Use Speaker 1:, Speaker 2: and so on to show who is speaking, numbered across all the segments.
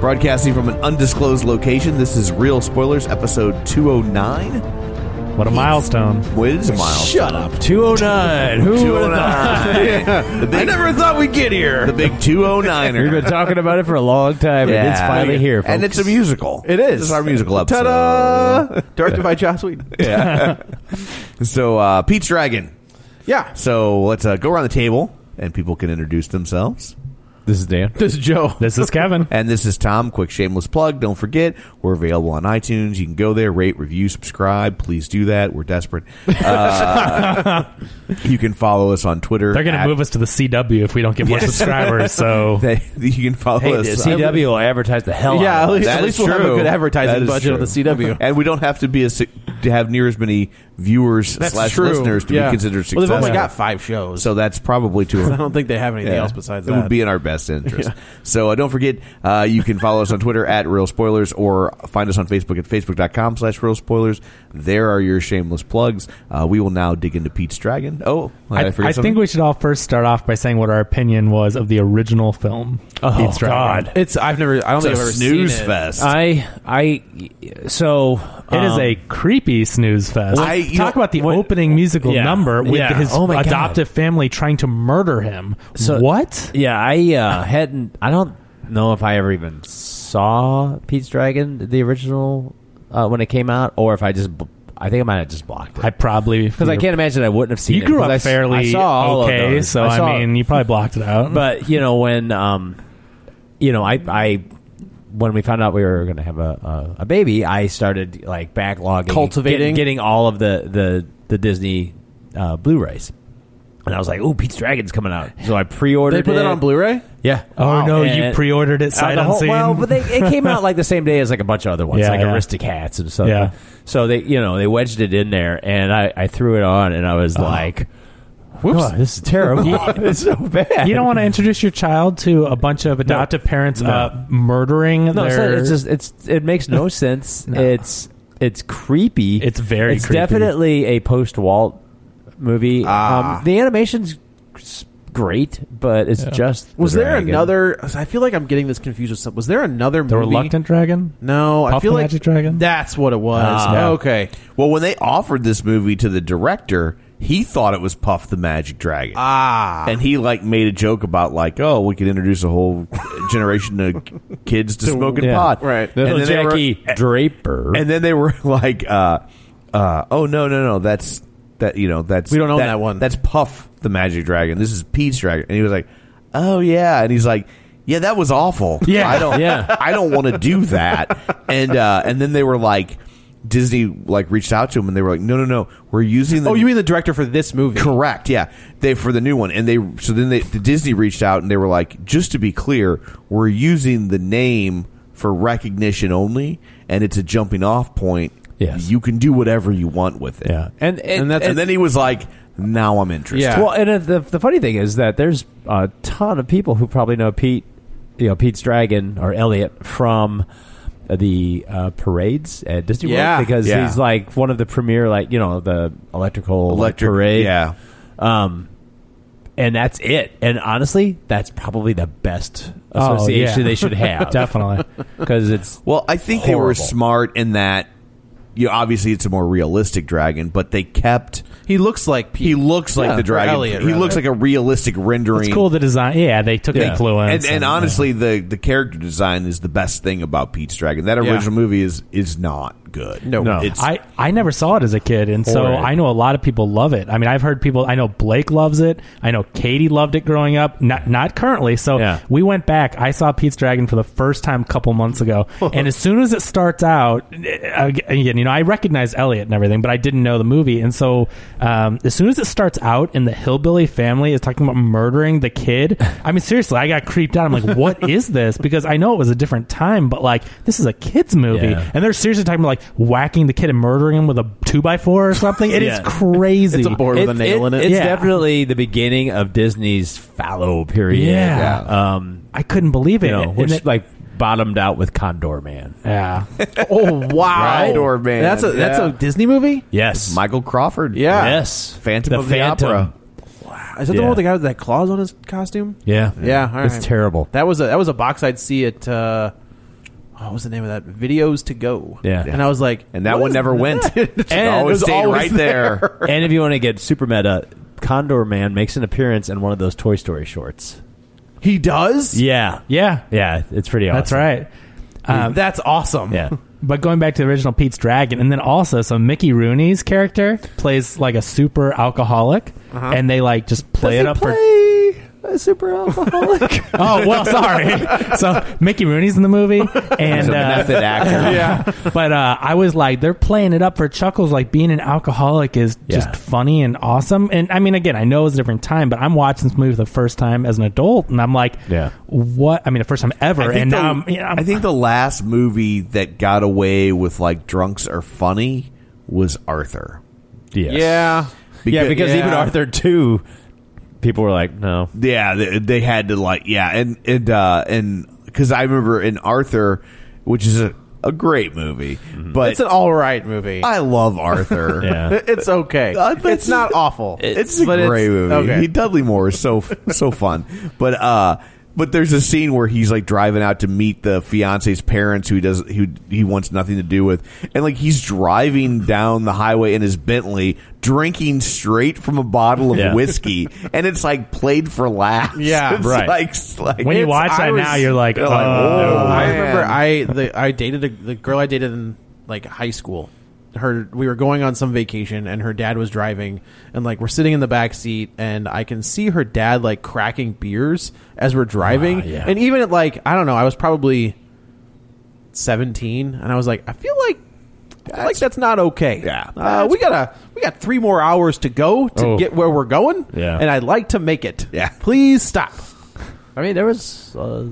Speaker 1: Broadcasting from an undisclosed location, this is Real Spoilers, episode 209.
Speaker 2: What a milestone.
Speaker 1: Wait, it is a milestone.
Speaker 3: Shut up.
Speaker 2: 209. Who
Speaker 3: oh
Speaker 2: would have
Speaker 1: 209. Yeah. The
Speaker 3: I
Speaker 1: big,
Speaker 3: never thought we'd get
Speaker 1: the
Speaker 3: here.
Speaker 1: big
Speaker 2: We've
Speaker 1: 209er.
Speaker 2: been talking about it for a long time, and it's
Speaker 1: Yeah.
Speaker 2: finally here. Folks.
Speaker 1: And it's a musical.
Speaker 2: It is.
Speaker 1: This is our musical episode.
Speaker 2: Ta-da!
Speaker 1: Directed by Joss Whedon. Yeah. so, uh, Pete's Dragon.
Speaker 3: Yeah.
Speaker 1: So, let's uh, go around the table and people can introduce themselves.
Speaker 2: This is Dan.
Speaker 3: This is Joe.
Speaker 2: This is Kevin.
Speaker 1: And this is Tom. Quick shameless plug. Don't forget, we're available on iTunes. You can go there, rate, review, subscribe. Please do that. We're desperate. Uh, you can follow us on Twitter.
Speaker 2: They're going to
Speaker 1: at-
Speaker 2: move us to the CW if we don't get more
Speaker 1: Yes.
Speaker 2: subscribers. So
Speaker 1: They- you can follow us.
Speaker 2: will advertise the hell
Speaker 3: yeah, at least,
Speaker 1: That
Speaker 3: at least
Speaker 1: is
Speaker 3: we'll have
Speaker 1: true.
Speaker 3: a good
Speaker 1: That
Speaker 3: advertising
Speaker 1: is
Speaker 3: budget on
Speaker 1: true.
Speaker 3: the CW.
Speaker 1: And we don't have to be a si- to have near as many viewers
Speaker 3: That's
Speaker 1: slash
Speaker 3: true.
Speaker 1: listeners to
Speaker 3: Yeah.
Speaker 1: be considered
Speaker 3: Well,
Speaker 1: successful.
Speaker 3: they've only got five shows,
Speaker 1: so that's probably too.
Speaker 3: I don't think they have anything else besides
Speaker 1: it
Speaker 3: that.
Speaker 1: would be in our best interest. So uh, don't forget, uh, you can follow us on Twitter at Real Spoilers or find us on Facebook at facebook.com slash Real Spoilers. There are your shameless plugs. Uh, we will now dig into Pete's Dragon. Oh,
Speaker 2: I,
Speaker 1: I, forget
Speaker 2: I think we should all first start off by saying what our opinion was of the original film.
Speaker 3: Oh,
Speaker 2: Pete's Dragon.
Speaker 3: it's I've never I don't think I've
Speaker 1: a
Speaker 3: ever
Speaker 1: snooze
Speaker 3: seen it.
Speaker 1: fest.
Speaker 4: I I so um,
Speaker 2: It is a creepy snooze fest.
Speaker 1: I- you
Speaker 2: Talk
Speaker 1: know,
Speaker 2: about the
Speaker 1: when-
Speaker 2: opening musical
Speaker 4: Yeah,
Speaker 2: number with
Speaker 4: yeah.
Speaker 2: his
Speaker 4: Oh my God.
Speaker 2: adoptive family trying to murder him.
Speaker 4: So-
Speaker 2: what?
Speaker 4: yeah I uh, hadn't I don't know if I ever even saw Pete's Dragon the original uh, when it came out or if I just bl- I think I might have just blocked
Speaker 2: I
Speaker 4: it
Speaker 2: probably
Speaker 4: because I can't imagine I wouldn't have seen.
Speaker 2: You
Speaker 4: it,
Speaker 2: grew
Speaker 4: 'cause
Speaker 2: up
Speaker 4: I s- I
Speaker 2: fairly
Speaker 4: saw all of
Speaker 2: okay,
Speaker 4: those.
Speaker 2: so
Speaker 4: I,
Speaker 2: I,
Speaker 4: saw-
Speaker 2: mean, you probably blocked it out.
Speaker 4: but you know when um, you know I I when we found out we were going to have a, a a baby, I started like backlogging,
Speaker 3: Cultivating?
Speaker 4: get- getting all of the the the Disney uh, Blu-rays. And I was like, "Oh, Pete's Dragon's coming out!" So I
Speaker 3: They
Speaker 4: pre-ordered.
Speaker 3: put
Speaker 4: it.
Speaker 3: that on Blu-ray.
Speaker 4: Yeah.
Speaker 2: oh no, you
Speaker 4: And-
Speaker 2: pre-ordered it
Speaker 4: Uh,
Speaker 2: sight
Speaker 4: the whole-
Speaker 2: unseen.
Speaker 4: Well, but they, it came out like the same day as like a bunch of other ones,
Speaker 2: Yeah,
Speaker 4: like
Speaker 2: yeah.
Speaker 4: Aristocats and stuff.
Speaker 2: Yeah.
Speaker 4: So they, you know, they wedged it in there, and I, I threw it on, and I was
Speaker 2: Uh-huh.
Speaker 4: like, "Whoops, this is terrible. it's so bad."
Speaker 2: you don't want to introduce your child to a bunch of adoptive parents uh, murdering
Speaker 4: No, it's,
Speaker 2: their.
Speaker 4: not- it's just it's it makes no sense. It's it's creepy.
Speaker 2: It's very
Speaker 4: It's
Speaker 2: creepy.
Speaker 4: definitely a post Walt movie.
Speaker 1: Ah.
Speaker 4: Um, the animation's s- great, but it's just the
Speaker 3: Was there
Speaker 4: dragon.
Speaker 3: another? I feel like I'm getting this confused with something. Was there another
Speaker 2: the
Speaker 3: movie?
Speaker 2: reluctant dragon.
Speaker 3: No, I
Speaker 2: Puff
Speaker 3: feel
Speaker 2: the
Speaker 3: like
Speaker 2: Magic Dragon?
Speaker 3: That's what it was. Oh,
Speaker 2: Ah.
Speaker 3: Okay.
Speaker 1: well, when they offered this movie to the director, he thought it was Puff the Magic Dragon.
Speaker 3: Ah.
Speaker 1: and he like made a joke about like, oh, we could introduce a whole generation of kids to smoking
Speaker 4: yeah,
Speaker 1: pot,
Speaker 3: right.
Speaker 1: And
Speaker 4: Little
Speaker 1: then they were-
Speaker 4: Jackie Draper?
Speaker 1: and then they were like, uh, uh, "Oh no, no, no! That's that. You know, that's
Speaker 3: We don't own that one.
Speaker 1: That's Puff the Magic Dragon. This is Pete's Dragon." And he was like, "Oh yeah," and he's like, "Yeah, that was awful.
Speaker 2: Yeah.
Speaker 1: I don't.
Speaker 4: Yeah.
Speaker 1: I don't want to do that." And uh, and then they were like, Disney like reached out to him and they were like, "No, no, no! We're using the
Speaker 3: Oh, you mean the director for this movie?
Speaker 1: Correct. Yeah, they for the new one, and they so then they the Disney reached out and they were like, just to be clear, we're using the name for recognition only, and it's a jumping off point.
Speaker 4: Yes.
Speaker 1: you can do whatever you want with it.
Speaker 4: yeah, and and,
Speaker 1: and, then he was like, now I'm interested.
Speaker 3: Yeah.
Speaker 4: Well, and uh, the, the funny thing is that there's a ton of people who probably know Pete, you know Pete's Dragon or Elliot from the uh, parades at Disney
Speaker 3: Yeah.
Speaker 4: World because
Speaker 3: Yeah.
Speaker 4: he's like one of the premier, like you know, the electrical like,
Speaker 1: Electric-
Speaker 4: parade.
Speaker 1: yeah.
Speaker 4: Um, and that's it. And honestly, that's probably the best
Speaker 2: Oh,
Speaker 4: association
Speaker 2: yeah.
Speaker 4: they should have.
Speaker 2: Definitely.
Speaker 4: because it's
Speaker 1: Well, I think they were
Speaker 4: horrible.
Speaker 1: smart in that. You know, obviously it's a more realistic dragon, but they kept.
Speaker 3: He looks like Pete.
Speaker 1: He looks like
Speaker 3: Yeah,
Speaker 1: the
Speaker 3: or
Speaker 1: dragon.
Speaker 3: Elliot,
Speaker 1: he
Speaker 3: rather.
Speaker 1: looks like a realistic rendering.
Speaker 2: It's cool the design. Yeah, they took influence.
Speaker 1: And, and, honestly, the the character design is the best thing about Pete's Dragon. That
Speaker 3: Yeah.
Speaker 1: original movie is is not good.
Speaker 2: no,
Speaker 1: it's
Speaker 2: I, I never saw it as a kid, and so
Speaker 4: Horrid.
Speaker 2: I know a lot of people love it. I mean, I've heard people. I know Blake loves it. I know Katie loved it growing up. Not not currently. So
Speaker 4: Yeah.
Speaker 2: we went back. I saw Pete's Dragon for the first time a couple months ago, and as soon as it starts out, eh, again, you know, I recognize Elliot and everything, but I didn't know the movie, and so um, as soon as it starts out, and the hillbilly family is talking about murdering the kid. I mean, seriously, I got creeped out. I'm like, what is this? Because I know it was a different time, but like, this is a kids movie,
Speaker 4: Yeah.
Speaker 2: and they're seriously talking about like whacking the kid and murdering him with a two by four or something. It is
Speaker 4: Yeah.
Speaker 2: crazy.
Speaker 3: It's a board with a nail in it.
Speaker 4: It's
Speaker 2: Yeah.
Speaker 4: definitely the beginning of Disney's fallow period.
Speaker 2: Yeah.
Speaker 4: Um,
Speaker 2: I couldn't believe it.
Speaker 4: you know,
Speaker 2: And
Speaker 4: which
Speaker 2: it-
Speaker 4: like bottomed out with Condor Man.
Speaker 2: yeah.
Speaker 3: Oh wow,
Speaker 1: Rydor Man,
Speaker 3: That's a that's
Speaker 1: yeah.
Speaker 3: a Disney movie.
Speaker 4: Yes.
Speaker 1: Michael Crawford.
Speaker 3: Yeah.
Speaker 4: Yes.
Speaker 1: Phantom
Speaker 4: the
Speaker 1: of
Speaker 4: Phantom.
Speaker 1: the Opera.
Speaker 3: Is that the
Speaker 4: Yeah.
Speaker 3: one with the guy with that claws on his costume?
Speaker 4: Yeah.
Speaker 3: Yeah, all
Speaker 4: it's
Speaker 3: right.
Speaker 4: terrible.
Speaker 3: That was a that was a box I'd see at uh, oh, what was the name of that? Videos to go.
Speaker 4: Yeah.
Speaker 3: and I was like,
Speaker 1: And that
Speaker 3: what
Speaker 1: one
Speaker 3: is
Speaker 1: never
Speaker 3: that?
Speaker 1: went. it
Speaker 4: And it
Speaker 1: always
Speaker 4: was
Speaker 1: stayed right
Speaker 4: always
Speaker 1: there.
Speaker 4: and if you want to get super meta, Condor Man makes an appearance in one of those Toy Story shorts.
Speaker 3: He does.
Speaker 4: Yeah.
Speaker 2: Yeah.
Speaker 4: Yeah. It's pretty awesome.
Speaker 2: That's right. Um,
Speaker 3: that's awesome.
Speaker 4: Yeah.
Speaker 2: But going back to the original Pete's Dragon, and then also, so Mickey Rooney's character plays like a super alcoholic, and they like just Uh-huh. play it up for.
Speaker 4: a super alcoholic.
Speaker 2: Oh well, sorry. so Mickey Rooney's in the movie, and
Speaker 1: He's a
Speaker 2: uh,
Speaker 1: method actor.
Speaker 3: yeah.
Speaker 2: but uh, I was like, they're playing it up for Chuckles. Like being an alcoholic is just
Speaker 4: Yeah.
Speaker 2: funny and awesome. And I mean, again, I know it's a different time, but I'm watching this movie for the first time as an adult, and I'm like,
Speaker 4: Yeah.
Speaker 2: what? I mean, the first time ever,
Speaker 1: I think
Speaker 2: and
Speaker 1: the-
Speaker 2: now I'm, you know, Um, I'm-
Speaker 1: I think the last movie that got away with like drunks are funny was Arthur.
Speaker 4: yes.
Speaker 3: Yeah.
Speaker 4: yeah, because
Speaker 3: Yeah.
Speaker 4: even Arthur too, people were like, no.
Speaker 1: Yeah, they, they had to like yeah, and and uh and because I remember in Arthur, which is a, a great movie, but
Speaker 3: It's an all right movie.
Speaker 1: I love Arthur.
Speaker 4: Yeah.
Speaker 3: It's okay.
Speaker 1: Uh, but
Speaker 3: it's not awful.
Speaker 1: It's, a
Speaker 3: but
Speaker 1: great movie.
Speaker 3: okay.
Speaker 1: He, Dudley Moore is so so fun, but uh, but there's a scene where he's like driving out to meet the fiance's parents, who does who he wants nothing to do with, and like he's driving down the highway in his Bentley, drinking straight from a bottle of
Speaker 4: Yeah.
Speaker 1: whiskey, and it's like played for laughs.
Speaker 3: Yeah,
Speaker 1: It's
Speaker 4: right.
Speaker 1: Like, it's like
Speaker 2: when you
Speaker 3: it's-
Speaker 2: watch
Speaker 3: I
Speaker 2: that
Speaker 3: was-
Speaker 2: now, you're like,
Speaker 1: You're
Speaker 2: oh,
Speaker 1: like,
Speaker 4: uh,
Speaker 1: whoa.
Speaker 3: I
Speaker 1: Man.
Speaker 3: remember I the I dated a, the girl I dated in like high school. Her we were going on some vacation and her dad was driving and like we're sitting in the back seat and I can see her dad like cracking beers as we're driving
Speaker 4: Ah, yeah.
Speaker 3: and even at like I don't know I was probably seventeen and I was like I feel like. I feel like that's not okay.
Speaker 1: Yeah.
Speaker 3: uh, we gotta we got three more hours to go to
Speaker 4: Oh.
Speaker 3: get where we're going.
Speaker 4: Yeah.
Speaker 3: and I'd like to make it.
Speaker 1: Yeah.
Speaker 3: please stop.
Speaker 4: I mean, there was uh,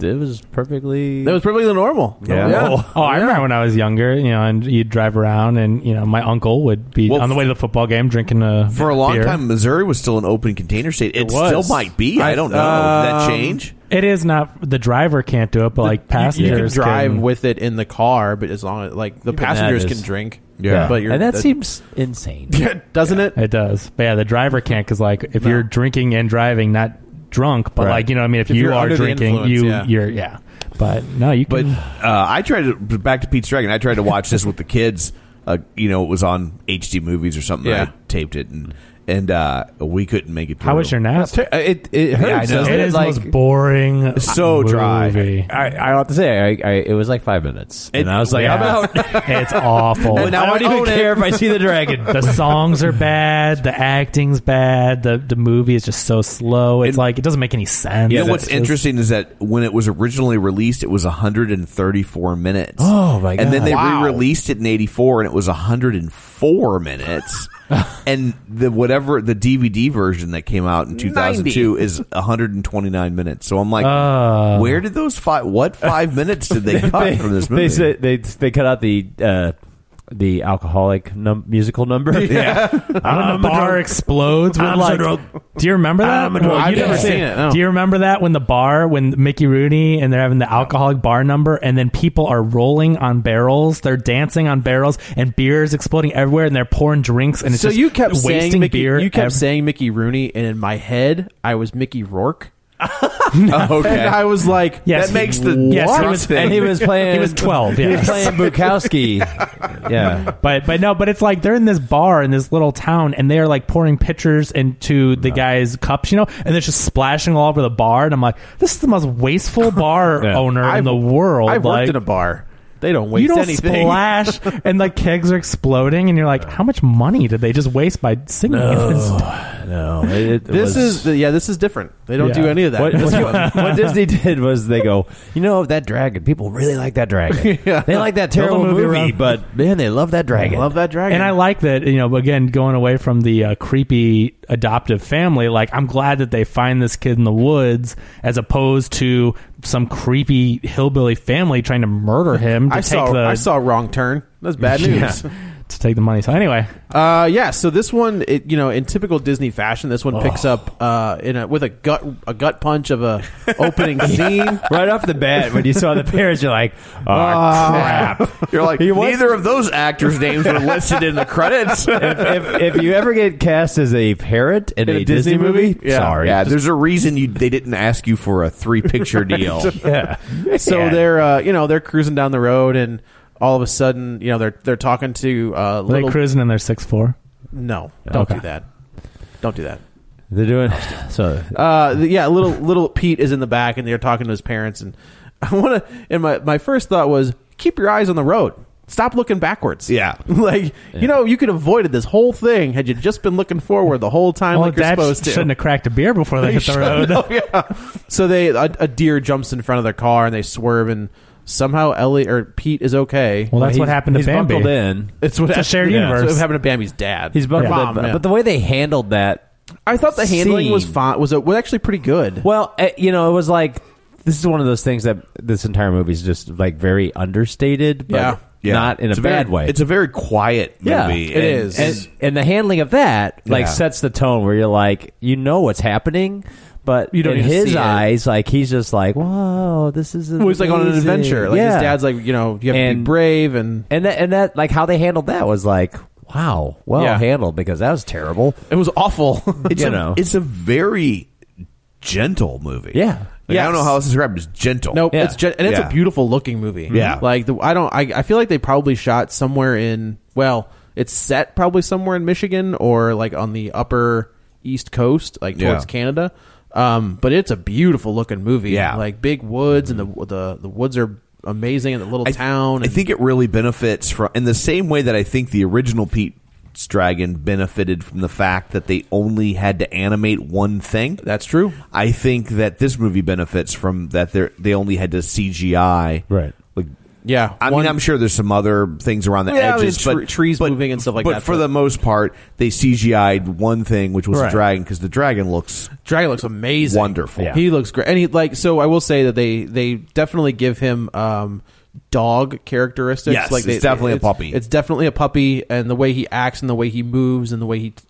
Speaker 4: it was perfectly.
Speaker 3: That was probably the normal.
Speaker 1: Yeah.
Speaker 2: Oh, I remember when I was younger, you know, and you'd drive around, and you know, my uncle would be
Speaker 1: Well,
Speaker 2: on the way to the football game drinking a
Speaker 1: For a long
Speaker 2: beer.
Speaker 1: time, Missouri was still an open container state. It,
Speaker 2: was.
Speaker 1: still might be. I, don't know. Did that change?
Speaker 2: It is not the driver can't do it, but like
Speaker 3: you can
Speaker 2: passengers
Speaker 3: drive with it in the car, but as long as like the
Speaker 4: Even
Speaker 3: passengers
Speaker 4: that
Speaker 3: can
Speaker 4: is-
Speaker 3: drink.
Speaker 1: Yeah.
Speaker 3: but you're,
Speaker 4: and that, seems insane.
Speaker 3: doesn't it?
Speaker 2: It does, but yeah, the driver can't because like if you're drinking and driving, not drunk, but
Speaker 4: Right.
Speaker 2: like you know, what I mean, if,
Speaker 3: If
Speaker 2: you
Speaker 3: you're
Speaker 2: are
Speaker 3: under the
Speaker 2: drinking,
Speaker 3: influence,
Speaker 2: you
Speaker 3: yeah.
Speaker 2: you're yeah. But no, you
Speaker 1: But
Speaker 2: can.
Speaker 1: uh, I tried to back to Pete's Dragon. I tried to watch this with the kids. Uh, you know, it was on HD movies or something.
Speaker 3: Yeah.
Speaker 1: I taped it and and uh, we couldn't make it. Through.
Speaker 2: how was your nap?
Speaker 4: it it
Speaker 1: Yeah, I know.
Speaker 2: It
Speaker 4: doesn't
Speaker 2: is the
Speaker 4: Like,
Speaker 2: most boring,
Speaker 1: So dry.
Speaker 2: movie.
Speaker 4: I, I have to say, I, I, it was like five minutes, and I was like,
Speaker 2: Yeah.
Speaker 4: I'm out.
Speaker 2: it's awful.
Speaker 1: And now
Speaker 4: I
Speaker 1: I
Speaker 4: don't even
Speaker 1: own it.
Speaker 4: care if I see the dragon.
Speaker 2: the songs are bad. The acting's bad. The the movie is just so slow. It's
Speaker 1: And-
Speaker 2: like it doesn't make any sense.
Speaker 1: You know what's
Speaker 2: It's just-
Speaker 1: interesting is that when it was originally released, it was 134 minutes.
Speaker 4: Oh, my
Speaker 1: And then
Speaker 4: God.
Speaker 1: they
Speaker 4: Wow.
Speaker 1: re-released it in '84, and it was 104 minutes. and the whatever the DVD version that came out in 2002 is 129 minutes. So I'm like,
Speaker 3: Uh.
Speaker 1: where did those five? What five minutes did they cut
Speaker 4: they,
Speaker 1: from this
Speaker 4: they
Speaker 1: movie?
Speaker 4: said- they they cut out the uh, the alcoholic num- musical number.
Speaker 2: Yeah.
Speaker 4: I'm
Speaker 2: a bar explodes with
Speaker 4: I'm so
Speaker 2: like.
Speaker 4: drunk.
Speaker 2: Do you remember that?
Speaker 4: I'm a drunk.
Speaker 2: you
Speaker 4: I've
Speaker 2: didn't
Speaker 4: never
Speaker 2: see
Speaker 4: seen it, no.
Speaker 2: Do you remember that when the bar, when Mickey Rooney and they're having the alcoholic bar number, and then people are rolling on barrels, they're dancing on barrels, and beer is exploding everywhere, and they're pouring drinks, and it's
Speaker 3: so
Speaker 2: just
Speaker 3: you kept
Speaker 2: wasting
Speaker 3: saying Mickey,
Speaker 2: beer.
Speaker 3: You kept
Speaker 2: ev-
Speaker 3: saying Mickey Rooney, and in my head, I was Mickey Rourke.
Speaker 1: Oh, okay.
Speaker 3: And I was like,
Speaker 2: Yes,
Speaker 3: that
Speaker 2: he-
Speaker 3: makes the
Speaker 2: yes, he
Speaker 3: what?
Speaker 2: was, He was twelve.
Speaker 4: he
Speaker 2: Yeah,
Speaker 4: was playing Bukowski. Yeah.
Speaker 2: but but no, but it's like they're in this bar in this little town, and they are like pouring pitchers into the guy's cups, you know, and it's just splashing all over the bar. And I'm like, this is the most wasteful bar
Speaker 3: Yeah.
Speaker 2: owner in
Speaker 3: I've-
Speaker 2: the world.
Speaker 3: I've worked
Speaker 2: like,
Speaker 3: in a bar. They don't waste
Speaker 2: you don't
Speaker 3: anything.
Speaker 2: splash, and like kegs are exploding, and you're like, how much money did they just waste by singing this?
Speaker 4: No, it, it
Speaker 3: This
Speaker 4: was-
Speaker 3: is yeah. This is different. They don't
Speaker 4: Yeah.
Speaker 3: do any of that.
Speaker 4: What,
Speaker 3: in this
Speaker 4: what-
Speaker 3: one.
Speaker 4: what Disney did was they go, you know, that dragon. People really like that dragon. They like that
Speaker 2: Build a
Speaker 4: terrible
Speaker 2: movie
Speaker 4: movie,
Speaker 2: around-
Speaker 4: but man, they love that dragon.
Speaker 3: Love that dragon.
Speaker 2: And I like that, you know, again, going away from the uh, creepy adoptive family, like, I'm glad that they find this kid in the woods as opposed to some creepy hillbilly family trying to murder him to
Speaker 3: I
Speaker 2: take
Speaker 3: saw.
Speaker 2: the.
Speaker 3: I saw wrong turn. That's bad
Speaker 2: Yeah,
Speaker 3: news.
Speaker 2: to take the money. So, anyway,
Speaker 3: Uh, yeah. So this one, it, you know, in typical Disney fashion, this one picks up uh, in a, with a gut a gut punch of a opening scene.
Speaker 4: right off the bat, when you saw the parents, you're like, oh, crap.
Speaker 1: You're like,
Speaker 4: He was-
Speaker 1: neither of those actors' names were listed in the credits.
Speaker 4: If, if, if you ever get cast as a parrot in,
Speaker 1: In
Speaker 4: a, Disney, movie,
Speaker 1: Yeah.
Speaker 4: sorry.
Speaker 1: Yeah,
Speaker 4: Just-
Speaker 1: there's a reason you they didn't ask you for a three picture deal.
Speaker 4: yeah.
Speaker 3: So
Speaker 4: Yeah.
Speaker 3: they're uh, you know they're cruising down the road and. All of a sudden, you know they're they're talking to uh,
Speaker 2: were they
Speaker 3: little.
Speaker 2: cruising in their 6 4?
Speaker 3: no, don't
Speaker 2: Okay.
Speaker 3: do that. Don't do that.
Speaker 4: They're doing so.
Speaker 3: uh, the- yeah, little little Pete is in the back, and they're talking to his parents. And I want to. And my my first thought was, keep your eyes on the road. Stop looking backwards.
Speaker 1: Yeah.
Speaker 3: like you know, you could have avoided this whole thing had you just been looking forward the whole time,
Speaker 2: Well,
Speaker 3: like you're
Speaker 2: that
Speaker 3: supposed to.
Speaker 2: shouldn't have cracked a beer before they,
Speaker 3: They
Speaker 2: hit the road.
Speaker 3: shouldn't- oh, yeah. So they a, a deer jumps in front of their car, and they swerve, and somehow Ellie or Pete is okay.
Speaker 2: Well, that's
Speaker 4: He's-
Speaker 2: what happened to
Speaker 4: he's
Speaker 2: Bambi.
Speaker 4: buckled in.
Speaker 3: it's what
Speaker 2: it's a
Speaker 3: happened-
Speaker 2: shared
Speaker 3: yeah, it's
Speaker 2: universe.
Speaker 3: what happened to Bambi's dad.
Speaker 4: He's buckled
Speaker 3: Mom,
Speaker 4: in.
Speaker 3: yeah.
Speaker 4: But the way they handled that
Speaker 3: I thought the handling was
Speaker 4: scene-
Speaker 3: fine. Was it was actually pretty good.
Speaker 4: Well, eh, you know, it was like this is one of those things that this entire movie is just like very understated, but
Speaker 3: Yeah.
Speaker 1: Yeah.
Speaker 4: not in
Speaker 1: It's
Speaker 4: a bad
Speaker 1: very-
Speaker 4: way.
Speaker 1: It's a very quiet movie.
Speaker 4: yeah,
Speaker 3: it
Speaker 1: and-
Speaker 3: is.
Speaker 4: And, and the handling of that like
Speaker 1: Yeah.
Speaker 4: sets the tone where you're like, you know what's happening. But
Speaker 3: You don't
Speaker 4: in
Speaker 3: even
Speaker 4: his
Speaker 3: see it.
Speaker 4: eyes, like he's just like, "Whoa, this is."
Speaker 3: Well, he's like on an
Speaker 4: amazing."
Speaker 3: adventure. Like
Speaker 4: Yeah.
Speaker 3: his dad's like, you know, you have to be
Speaker 4: And-
Speaker 3: brave and
Speaker 4: and that and that like how they handled that was like, wow, well
Speaker 3: Yeah.
Speaker 4: handled because that was terrible.
Speaker 3: it was awful.
Speaker 1: It's
Speaker 4: you
Speaker 1: a,
Speaker 4: know.
Speaker 1: it's a very gentle movie.
Speaker 4: Yeah.
Speaker 1: Like, I don't know
Speaker 3: Yes.
Speaker 1: how else to describe it. It's gentle.
Speaker 3: nope,
Speaker 4: Yeah.
Speaker 3: it's just, and it's
Speaker 1: Yeah.
Speaker 3: a beautiful looking movie. Mm-hmm.
Speaker 1: Yeah.
Speaker 3: like the, I don't, I, I feel like they probably shot somewhere in well, it's set probably somewhere in Michigan or like on the upper East Coast, like towards
Speaker 1: Yeah.
Speaker 3: Canada. Um, but it's a beautiful looking movie.
Speaker 1: Yeah.
Speaker 3: like big woods and the the the woods are amazing and the little
Speaker 1: I,
Speaker 3: town.
Speaker 1: I
Speaker 3: and-
Speaker 1: think it really benefits from, in the same way that I think the original Pete's Dragon benefited from the fact that they only had to animate one thing.
Speaker 3: that's true.
Speaker 1: I think that this movie benefits from that they they only had to CGI.
Speaker 4: Right.
Speaker 1: Like,
Speaker 3: Yeah,
Speaker 1: I
Speaker 3: One-
Speaker 1: mean, I'm sure there's some other things around the
Speaker 3: Yeah, I mean,
Speaker 1: edges,
Speaker 3: tre-
Speaker 1: but
Speaker 3: trees
Speaker 1: but-
Speaker 3: moving and stuff like
Speaker 1: but
Speaker 3: that,
Speaker 1: for
Speaker 3: but-
Speaker 1: the most part, they CGI'd one thing, which was the
Speaker 4: Right.
Speaker 1: dragon, because the dragon looks
Speaker 3: Dragon looks amazing,
Speaker 1: Wonderful. Yeah.
Speaker 3: He looks great, and he like so. I will say that they they definitely give him um dog characteristics.
Speaker 1: Yes,
Speaker 3: like they,
Speaker 1: it's definitely a puppy.
Speaker 3: It's definitely a puppy, and the way he acts, and the way he moves, and the way he t-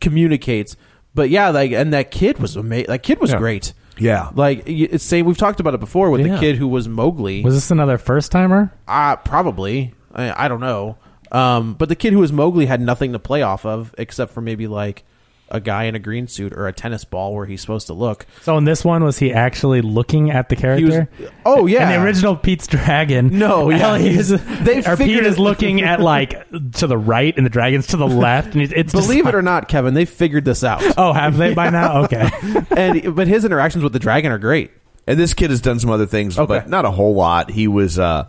Speaker 3: communicates. But yeah, like and that kid was amazing. That kid was great.
Speaker 1: Yeah.
Speaker 3: like y- it's same. We've talked about it before with
Speaker 2: Yeah.
Speaker 3: the kid who was Mowgli.
Speaker 2: Was this another first timer?
Speaker 3: Uh, probably. I, I don't know. Um, but the kid who was Mowgli had nothing to play off of except for maybe like a guy in a green suit or a tennis ball where he's supposed to look.
Speaker 2: So in this one, was he actually looking at the
Speaker 3: He was,
Speaker 2: character?
Speaker 3: oh yeah,
Speaker 2: In the original Pete's Dragon,
Speaker 3: No, yeah,
Speaker 2: Ellie is,
Speaker 3: they
Speaker 2: or Pete
Speaker 3: figured it-
Speaker 2: is looking at like to the right, and the dragon's to the left, and it's- it's just
Speaker 3: Believe it
Speaker 2: like-
Speaker 3: or not, Kevin, they figured this out.
Speaker 2: Oh, have they by now? Okay,
Speaker 3: and but his interactions with the dragon are great.
Speaker 1: And this kid has done some other things,
Speaker 3: Okay.
Speaker 1: but not a whole lot. He was uh,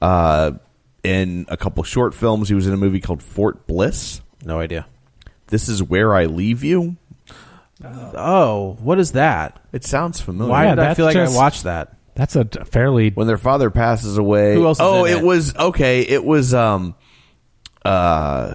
Speaker 1: uh, in a couple short films. He was in a movie called Fort Bliss.
Speaker 3: No idea.
Speaker 1: This is where I leave you.
Speaker 3: Oh, what is that?
Speaker 1: It sounds familiar.
Speaker 3: Why
Speaker 2: Yeah,
Speaker 3: did I
Speaker 2: that's
Speaker 3: feel like
Speaker 2: just-
Speaker 3: I watched that?
Speaker 2: that's a t- fairly
Speaker 1: When their father passes away.
Speaker 3: Who else is
Speaker 1: oh,
Speaker 3: in
Speaker 1: it,
Speaker 3: it?
Speaker 1: was okay. It was um, uh,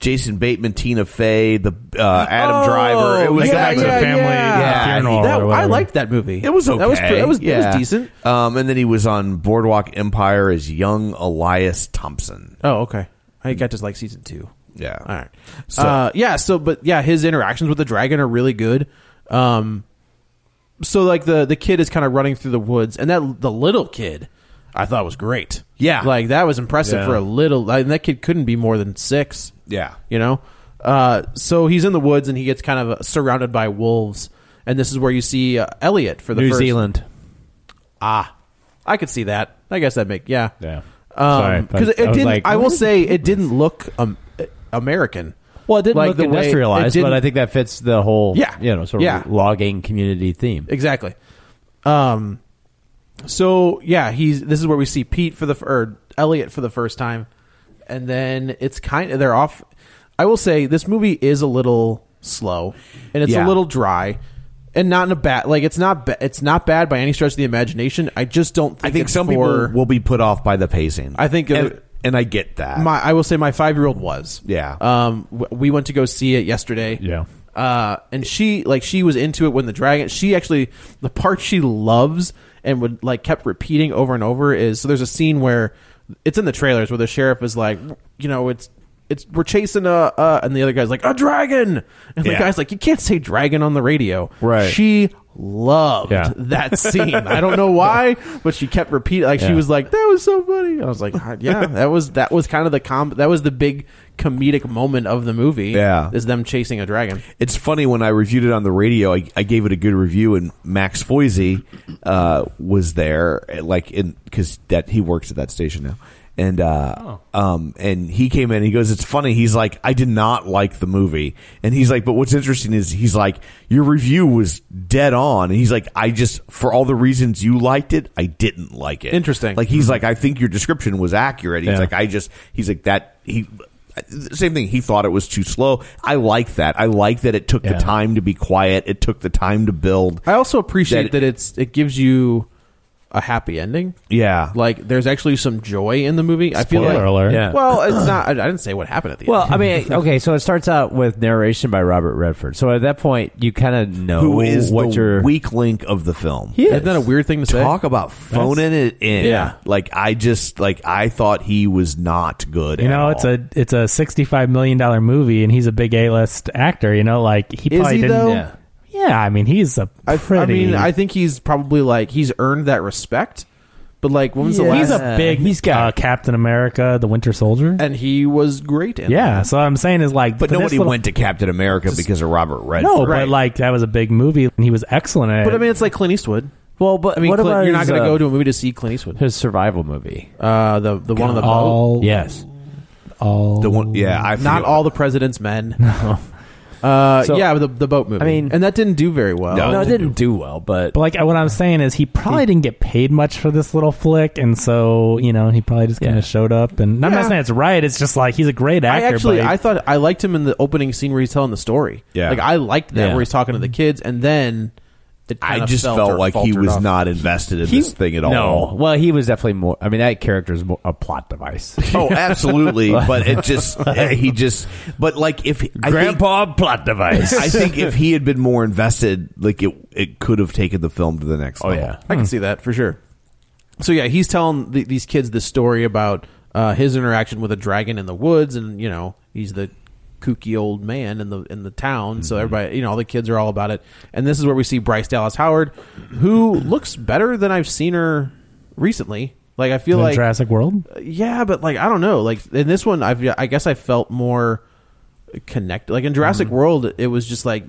Speaker 1: Jason Bateman, Tina Fey, the uh, Adam
Speaker 3: Oh,
Speaker 1: Driver. It was
Speaker 3: yeah,
Speaker 1: that
Speaker 2: back to the
Speaker 3: yeah,
Speaker 2: family
Speaker 3: yeah.
Speaker 2: uh, funeral.
Speaker 3: That-
Speaker 2: or
Speaker 3: I
Speaker 2: whatever.
Speaker 3: liked that movie.
Speaker 1: It was okay.
Speaker 3: That was pre- that was, that
Speaker 1: Yeah.
Speaker 3: was decent.
Speaker 1: Um, and then he was on Boardwalk Empire as young Elias Thompson.
Speaker 3: Oh, okay. I got just like season two.
Speaker 1: Yeah.
Speaker 3: All right.
Speaker 1: So-
Speaker 3: uh, yeah. So, but yeah, his interactions with the dragon are really good. Um, so like the the kid is kind of running through the woods, and that the little kid, I thought was great.
Speaker 1: Yeah.
Speaker 3: like that was impressive
Speaker 1: Yeah.
Speaker 3: for a little. Like, and that kid couldn't be more than six.
Speaker 1: Yeah.
Speaker 3: you know. Uh, so he's in the woods, and he gets kind of uh, surrounded by wolves, and this is where you see uh, Elliot for the
Speaker 4: New
Speaker 3: first-
Speaker 4: Zealand.
Speaker 3: Ah, I could see that. I guess that make yeah
Speaker 4: Yeah. Sorry,
Speaker 3: Um, because
Speaker 4: I-
Speaker 3: it
Speaker 4: I was
Speaker 3: didn't.
Speaker 4: like,
Speaker 3: I will
Speaker 4: what?
Speaker 3: say it didn't look um, uh, American.
Speaker 4: Well, it didn't
Speaker 3: Like
Speaker 4: look
Speaker 3: the way- it
Speaker 4: industrialized, but
Speaker 3: didn't-
Speaker 4: I think that fits the whole,
Speaker 3: Yeah.
Speaker 4: you know, sort of
Speaker 3: Yeah.
Speaker 4: logging community theme.
Speaker 3: exactly. Um, so yeah, he's. This is where we see Pete for the f- or Elliot for the first time, and then it's kind of they're off. I will say this movie is a little slow, and it's a
Speaker 4: Yeah.
Speaker 3: little dry, and not in a bad like it's not ba- it's not bad by any stretch of the imagination. I just don't. think
Speaker 1: I think
Speaker 3: it's
Speaker 1: some
Speaker 3: for-
Speaker 1: people will be put off by the pacing.
Speaker 3: I think
Speaker 1: and,
Speaker 3: it-
Speaker 1: and I get that.
Speaker 3: my I will say my five year old was
Speaker 1: Yeah.
Speaker 3: Um, w- we went to go see it yesterday.
Speaker 4: Yeah.
Speaker 3: Uh, and she like she was into it when the dragon. She actually the part she loves and would like kept repeating over and over is so. There's a scene where it's in the trailers where the sheriff is like, you know, it's it's we're chasing a uh, and the other guy's like a dragon, and the
Speaker 4: Yeah.
Speaker 3: guy's like, you can't say dragon on the radio.
Speaker 4: Right.
Speaker 3: She loved
Speaker 4: Yeah.
Speaker 3: that scene. I don't know why, but she kept repeating. Like she
Speaker 4: Yeah.
Speaker 3: was like, "That was so funny." I was like, "Ah, "Yeah, that was that was kind of the com that was the big comedic moment of the movie."
Speaker 1: Yeah.
Speaker 3: is them chasing a dragon.
Speaker 1: It's funny when I reviewed it on the radio. I, I gave it a good review, and Max Foisey uh, was there, eh, like in because that he works at that station now, and uh, um, and he came in. and He goes, "It's funny." He's like, "I did not like the movie," and he's like, "But what's interesting is he's like, your review was dead on," and he's like, "I just for all the reasons you liked it, I didn't like it."
Speaker 3: Interesting.
Speaker 1: Like he's like, "I think your description was accurate." He's
Speaker 4: Yeah.
Speaker 1: like, "I just," he's like that he same thing. He thought it was too slow. I like that. I like that it took
Speaker 4: Yeah.
Speaker 1: the time to be quiet. It took the time to build.
Speaker 3: I also appreciate that,
Speaker 1: That-
Speaker 3: it's it gives you a happy ending.
Speaker 1: Yeah.
Speaker 3: Like there's actually some joy in the movie. I feel like
Speaker 2: Spoiler alert.
Speaker 4: Yeah.
Speaker 3: well, it's not. I, I didn't say what happened at the
Speaker 4: Well,
Speaker 3: end.
Speaker 4: I mean, okay, so it starts out with narration by Robert Redford. So at that point, you kind of know
Speaker 1: Who is
Speaker 4: what
Speaker 1: the
Speaker 4: uh, your
Speaker 1: weak link of the film?
Speaker 4: He is.
Speaker 3: Isn't that a weird thing to say?
Speaker 1: Talk about phoning it in.
Speaker 3: Yeah.
Speaker 1: Like I just like I thought he was not good.
Speaker 2: You
Speaker 1: at
Speaker 2: know, it's
Speaker 1: all.
Speaker 2: a it's a sixty five million dollar movie, and he's a big A list actor. You know, like he
Speaker 3: Is
Speaker 2: probably
Speaker 3: he,
Speaker 2: didn't.
Speaker 3: though?
Speaker 2: Yeah. Yeah, I mean, he's a
Speaker 3: I,
Speaker 2: pretty.
Speaker 3: I mean, I think he's probably like he's earned that respect. But like, when was the last?
Speaker 2: he's a big.
Speaker 4: he's got-
Speaker 2: uh, Captain America, the Winter Soldier.
Speaker 3: and he was great in
Speaker 2: yeah,
Speaker 3: that.
Speaker 2: so I'm saying is like,
Speaker 1: But
Speaker 2: for this
Speaker 1: nobody
Speaker 2: little-
Speaker 1: went to Captain America because of Robert Redford.
Speaker 2: No,
Speaker 3: Right.
Speaker 2: but like that was a big movie, and he was excellent at
Speaker 3: But I
Speaker 2: it.
Speaker 3: mean, it's like Clint Eastwood.
Speaker 4: Well, but
Speaker 3: I mean,
Speaker 4: what
Speaker 3: Clint-
Speaker 4: about
Speaker 3: you're not
Speaker 4: his,
Speaker 3: going to
Speaker 4: uh,
Speaker 3: go to a movie to see Clint Eastwood.
Speaker 4: his survival movie?
Speaker 3: Uh, the the one on the boat.
Speaker 2: all
Speaker 4: Yes.
Speaker 2: all
Speaker 1: The one, yeah, I
Speaker 3: Not
Speaker 1: forget-
Speaker 3: all the president's men. Uh,
Speaker 4: So-
Speaker 3: yeah, the the boat movie.
Speaker 4: I mean-
Speaker 3: and that didn't do very well.
Speaker 1: No,
Speaker 4: No, it
Speaker 1: they
Speaker 4: didn't do well, but
Speaker 2: But like what I'm saying is he probably didn't get paid much for this little flick, and so you know he probably just kind
Speaker 4: Yeah.
Speaker 2: of showed up. And I'm
Speaker 3: Yeah.
Speaker 2: not saying it's right. It's just like he's a great
Speaker 3: I
Speaker 2: actor.
Speaker 3: actually,
Speaker 2: but
Speaker 3: I thought I liked him in the opening scene where he's telling the story.
Speaker 1: Yeah.
Speaker 3: like I liked that
Speaker 4: Yeah.
Speaker 3: where he's talking to the kids, and then it
Speaker 1: I
Speaker 3: kinda
Speaker 1: just
Speaker 3: felt, or
Speaker 1: felt like he
Speaker 3: faltered
Speaker 1: was
Speaker 3: off.
Speaker 1: not invested in this thing at all.
Speaker 4: No. Well, he was definitely more. I mean, that character is more a plot device.
Speaker 1: Oh, absolutely. but it just eh, he just but like if I think-
Speaker 4: plot device.
Speaker 1: I think if he had been more invested, like it, it could have taken the film to the next.
Speaker 4: oh
Speaker 1: level.
Speaker 4: yeah.
Speaker 3: I can see that for sure. So yeah, he's telling th these kids this story about uh, his interaction with a dragon in the woods, and you know he's the kooky old man in the in the town. So everybody, you know, all the kids are all about it. And this is where we see Bryce Dallas Howard, who looks better than I've seen her recently. Like I feel
Speaker 2: in
Speaker 3: like
Speaker 2: Jurassic World.
Speaker 3: yeah, but like I don't know. Like in this one, I've I guess I felt more connected. Like in Jurassic World, it was just like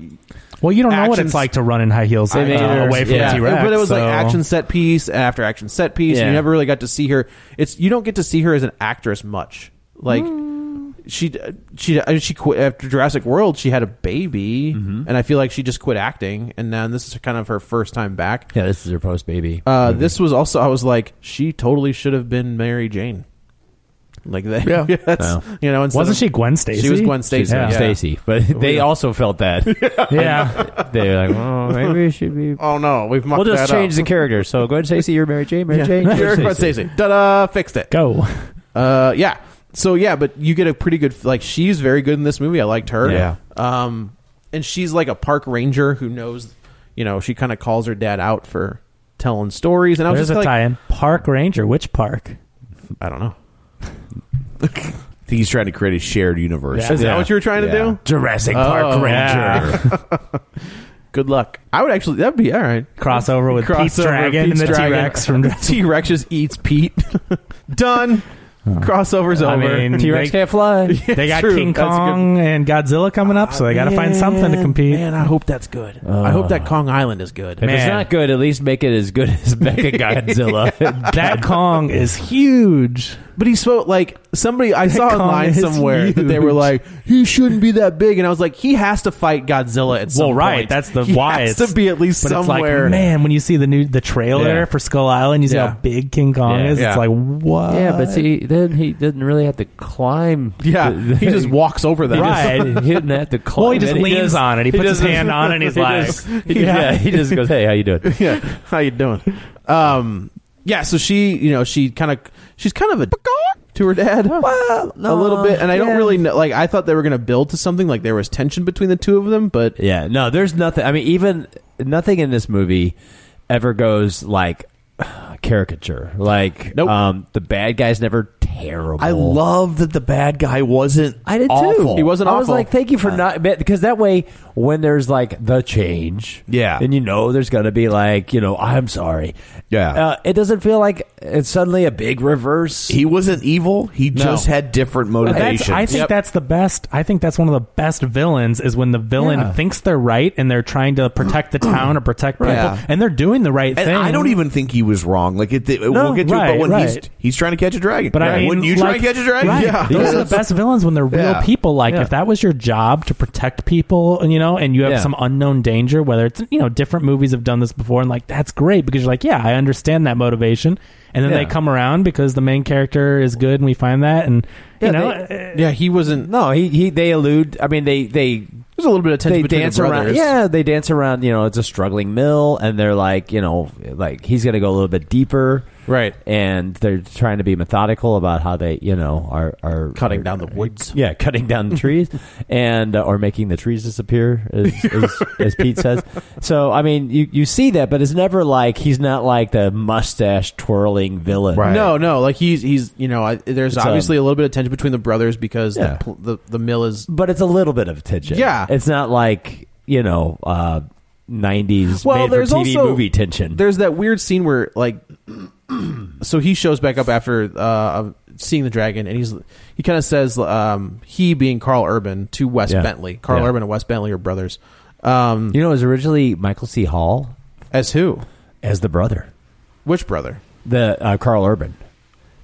Speaker 2: Well, you don't know what
Speaker 3: actions-
Speaker 2: it's like to run in high heels uh,
Speaker 4: I mean, there's-
Speaker 2: away from
Speaker 4: yeah.
Speaker 2: the T-Rex.
Speaker 3: but it was like
Speaker 2: so-
Speaker 3: action set piece after action set piece. And
Speaker 4: Yeah.
Speaker 3: you never really got to see her. It's you don't get to see her as an actress much. Like she she I mean, she quit after Jurassic World. She had a baby,
Speaker 2: Mm-hmm.
Speaker 3: and I feel like she just quit acting. And then this is kind of her first time back.
Speaker 4: Yeah, this is her post baby.
Speaker 3: Uh,
Speaker 2: Mm-hmm.
Speaker 3: this was also I was like she totally should have been Mary Jane. Like that, yeah. that's,
Speaker 4: Yeah.
Speaker 3: You know, instead
Speaker 2: Wasn't
Speaker 3: of-
Speaker 2: she Gwen Stacy?
Speaker 3: She was Gwen Stacy.
Speaker 4: Stacy,
Speaker 3: yeah.
Speaker 4: Stacy, but they also felt that.
Speaker 2: Yeah.
Speaker 4: They're like, oh, maybe it should be.
Speaker 3: Oh no, we've mucked
Speaker 4: We'll just
Speaker 3: that
Speaker 4: change the
Speaker 3: up.
Speaker 4: character. So go ahead, Stacy. You're Mary Jane. Mary
Speaker 3: Yeah.
Speaker 4: Jane.
Speaker 3: You're Gwen Stacy. Ta-da! Fixed it.
Speaker 2: Go.
Speaker 3: Uh, yeah. So yeah, but you get a pretty good like she's very good in this movie. I liked her.
Speaker 4: Yeah.
Speaker 3: Um, and she's like a park ranger who knows, you know, she kind of calls her dad out for telling stories. And I was
Speaker 2: There's a
Speaker 3: just like,
Speaker 2: tie-in. Park Ranger. Which park?
Speaker 3: I don't know.
Speaker 1: think he's trying to create a shared universe.
Speaker 3: Is that what you were trying
Speaker 1: Yeah.
Speaker 3: to do?
Speaker 1: Jurassic Park
Speaker 3: Oh,
Speaker 1: Ranger.
Speaker 3: yeah. Good luck. I would actually. That'd be all right.
Speaker 2: Crossover with Pete's Dragon and the T-Rex from-
Speaker 3: T Rex just eats Pete. Done. Crossovers
Speaker 2: I
Speaker 3: over.
Speaker 2: mean, T-Rex they- can't
Speaker 3: fly.
Speaker 2: they got King Kong and Godzilla coming up, so they got to find something to compete.
Speaker 3: Man, I hope that's good. I hope that Kong Island is good.
Speaker 4: Uh, If it's not good, at least make it as good as Mechagodzilla.
Speaker 2: that Kong is huge.
Speaker 3: But he spoke like somebody I saw
Speaker 4: Kong
Speaker 3: online
Speaker 4: is
Speaker 3: somewhere that they were
Speaker 4: huge.
Speaker 3: like he shouldn't be that big, and I was like he has to fight Godzilla at some
Speaker 2: well, right.
Speaker 3: point.
Speaker 2: That's the
Speaker 3: he
Speaker 2: why
Speaker 3: has
Speaker 2: it's
Speaker 3: to be at least
Speaker 2: but
Speaker 3: somewhere.
Speaker 2: It's like, man, when you see the new the trailer
Speaker 3: Yeah.
Speaker 2: for Skull Island, you see
Speaker 3: Yeah.
Speaker 2: how big King Kong
Speaker 3: Yeah.
Speaker 2: is.
Speaker 3: Yeah.
Speaker 2: It's like what?
Speaker 4: Yeah, but see, then he didn't really have to climb.
Speaker 3: Yeah,
Speaker 4: the- the-
Speaker 3: he just walks over them.
Speaker 4: Right, he didn't have to climb.
Speaker 2: Well, he just
Speaker 4: it.
Speaker 2: leans
Speaker 4: just-
Speaker 2: on it. He puts his
Speaker 4: just-
Speaker 2: hand on it, and he's
Speaker 4: he
Speaker 2: like-
Speaker 4: just- he- yeah. he just goes, "Hey, how you doing?"
Speaker 3: yeah, how you doing? Um, yeah. So she, you know, she kind of, she's kind of a to her dad a little bit, and I don't
Speaker 4: yeah.
Speaker 3: really know. Like, I thought they were going to build to something. Like there was tension between the two of them, but
Speaker 4: Yeah, no, there's nothing. I mean, even nothing in this movie ever goes like caricature. Like, um, the bad guy's never terrible.
Speaker 1: I love that the bad guy wasn't.
Speaker 4: I did
Speaker 1: awful.
Speaker 4: too. I was like, thank you for not because that way, when there's like the change,
Speaker 1: Yeah.
Speaker 4: then you know there's gonna be like you know I'm sorry,
Speaker 1: Yeah.
Speaker 4: Uh, it doesn't feel like it's suddenly a big reverse.
Speaker 1: he wasn't evil. He
Speaker 4: No.
Speaker 1: just had different
Speaker 2: But that's,
Speaker 1: motivations.
Speaker 2: I think that's the best. I think that's one of the best villains is when the villain
Speaker 1: Yeah.
Speaker 2: thinks they're right and they're trying to protect the town or protect people,
Speaker 1: Right. Yeah.
Speaker 2: and they're doing the right
Speaker 1: And
Speaker 2: thing.
Speaker 1: I don't even think he was wrong. Like it, it-
Speaker 2: No,
Speaker 1: we'll get to it,
Speaker 2: right,
Speaker 1: but when he's
Speaker 2: right.
Speaker 1: he's trying to catch a dragon,
Speaker 2: But I mean,
Speaker 1: wouldn't you try
Speaker 2: like-
Speaker 1: to catch a dragon?
Speaker 2: right. those are
Speaker 1: That's-
Speaker 2: the best villains when they're real
Speaker 1: Yeah.
Speaker 2: people. Like
Speaker 1: Yeah.
Speaker 2: if that was your job to protect people, and you know, and you have
Speaker 4: Yeah.
Speaker 2: some unknown danger, whether it's you know different movies have done this before, and like that's great because you're like, yeah, I understand that motivation, and then
Speaker 4: Yeah.
Speaker 2: they come around because the main character is good, and we find that, and you know, eh,
Speaker 3: yeah, he wasn't.
Speaker 4: no, he he they elude. I mean, they they
Speaker 3: There's a little bit of tension
Speaker 4: they
Speaker 3: between
Speaker 4: dance
Speaker 3: the
Speaker 4: around.
Speaker 3: brothers.
Speaker 4: Yeah, they dance around. You know, it's a struggling mill, and they're like, you know, like he's going to go a little bit deeper,
Speaker 3: Right.
Speaker 4: And they're trying to be methodical about how they, you know, are are
Speaker 3: Cutting
Speaker 4: are-
Speaker 3: down the woods.
Speaker 4: Yeah, cutting down the trees, and uh, or making the trees disappear, as, as, as Pete says. So, I mean, you you see that, but it's never like he's not like the mustache twirling villain,
Speaker 1: Right.
Speaker 3: No, no, like he's he's you know I, there's
Speaker 4: It's,
Speaker 3: obviously a little bit of tension between the brothers because the,
Speaker 4: Yeah.
Speaker 3: pl- the the mill is
Speaker 4: But it's a little bit of tension.
Speaker 3: Yeah.
Speaker 4: it's not like you know. uh 90s made for TV movie tension.
Speaker 3: There's that weird scene where like, so he shows back up after uh, seeing the dragon, and he's he kind of says um, he being Carl Urban to Wes
Speaker 4: Yeah.
Speaker 3: Bentley. Carl
Speaker 4: Yeah.
Speaker 3: Urban and Wes Bentley are brothers. Um,
Speaker 4: You know, it was originally Michael C. Hall
Speaker 3: as who?
Speaker 4: as the brother,
Speaker 3: Which brother?
Speaker 4: the uh, Carl Urban.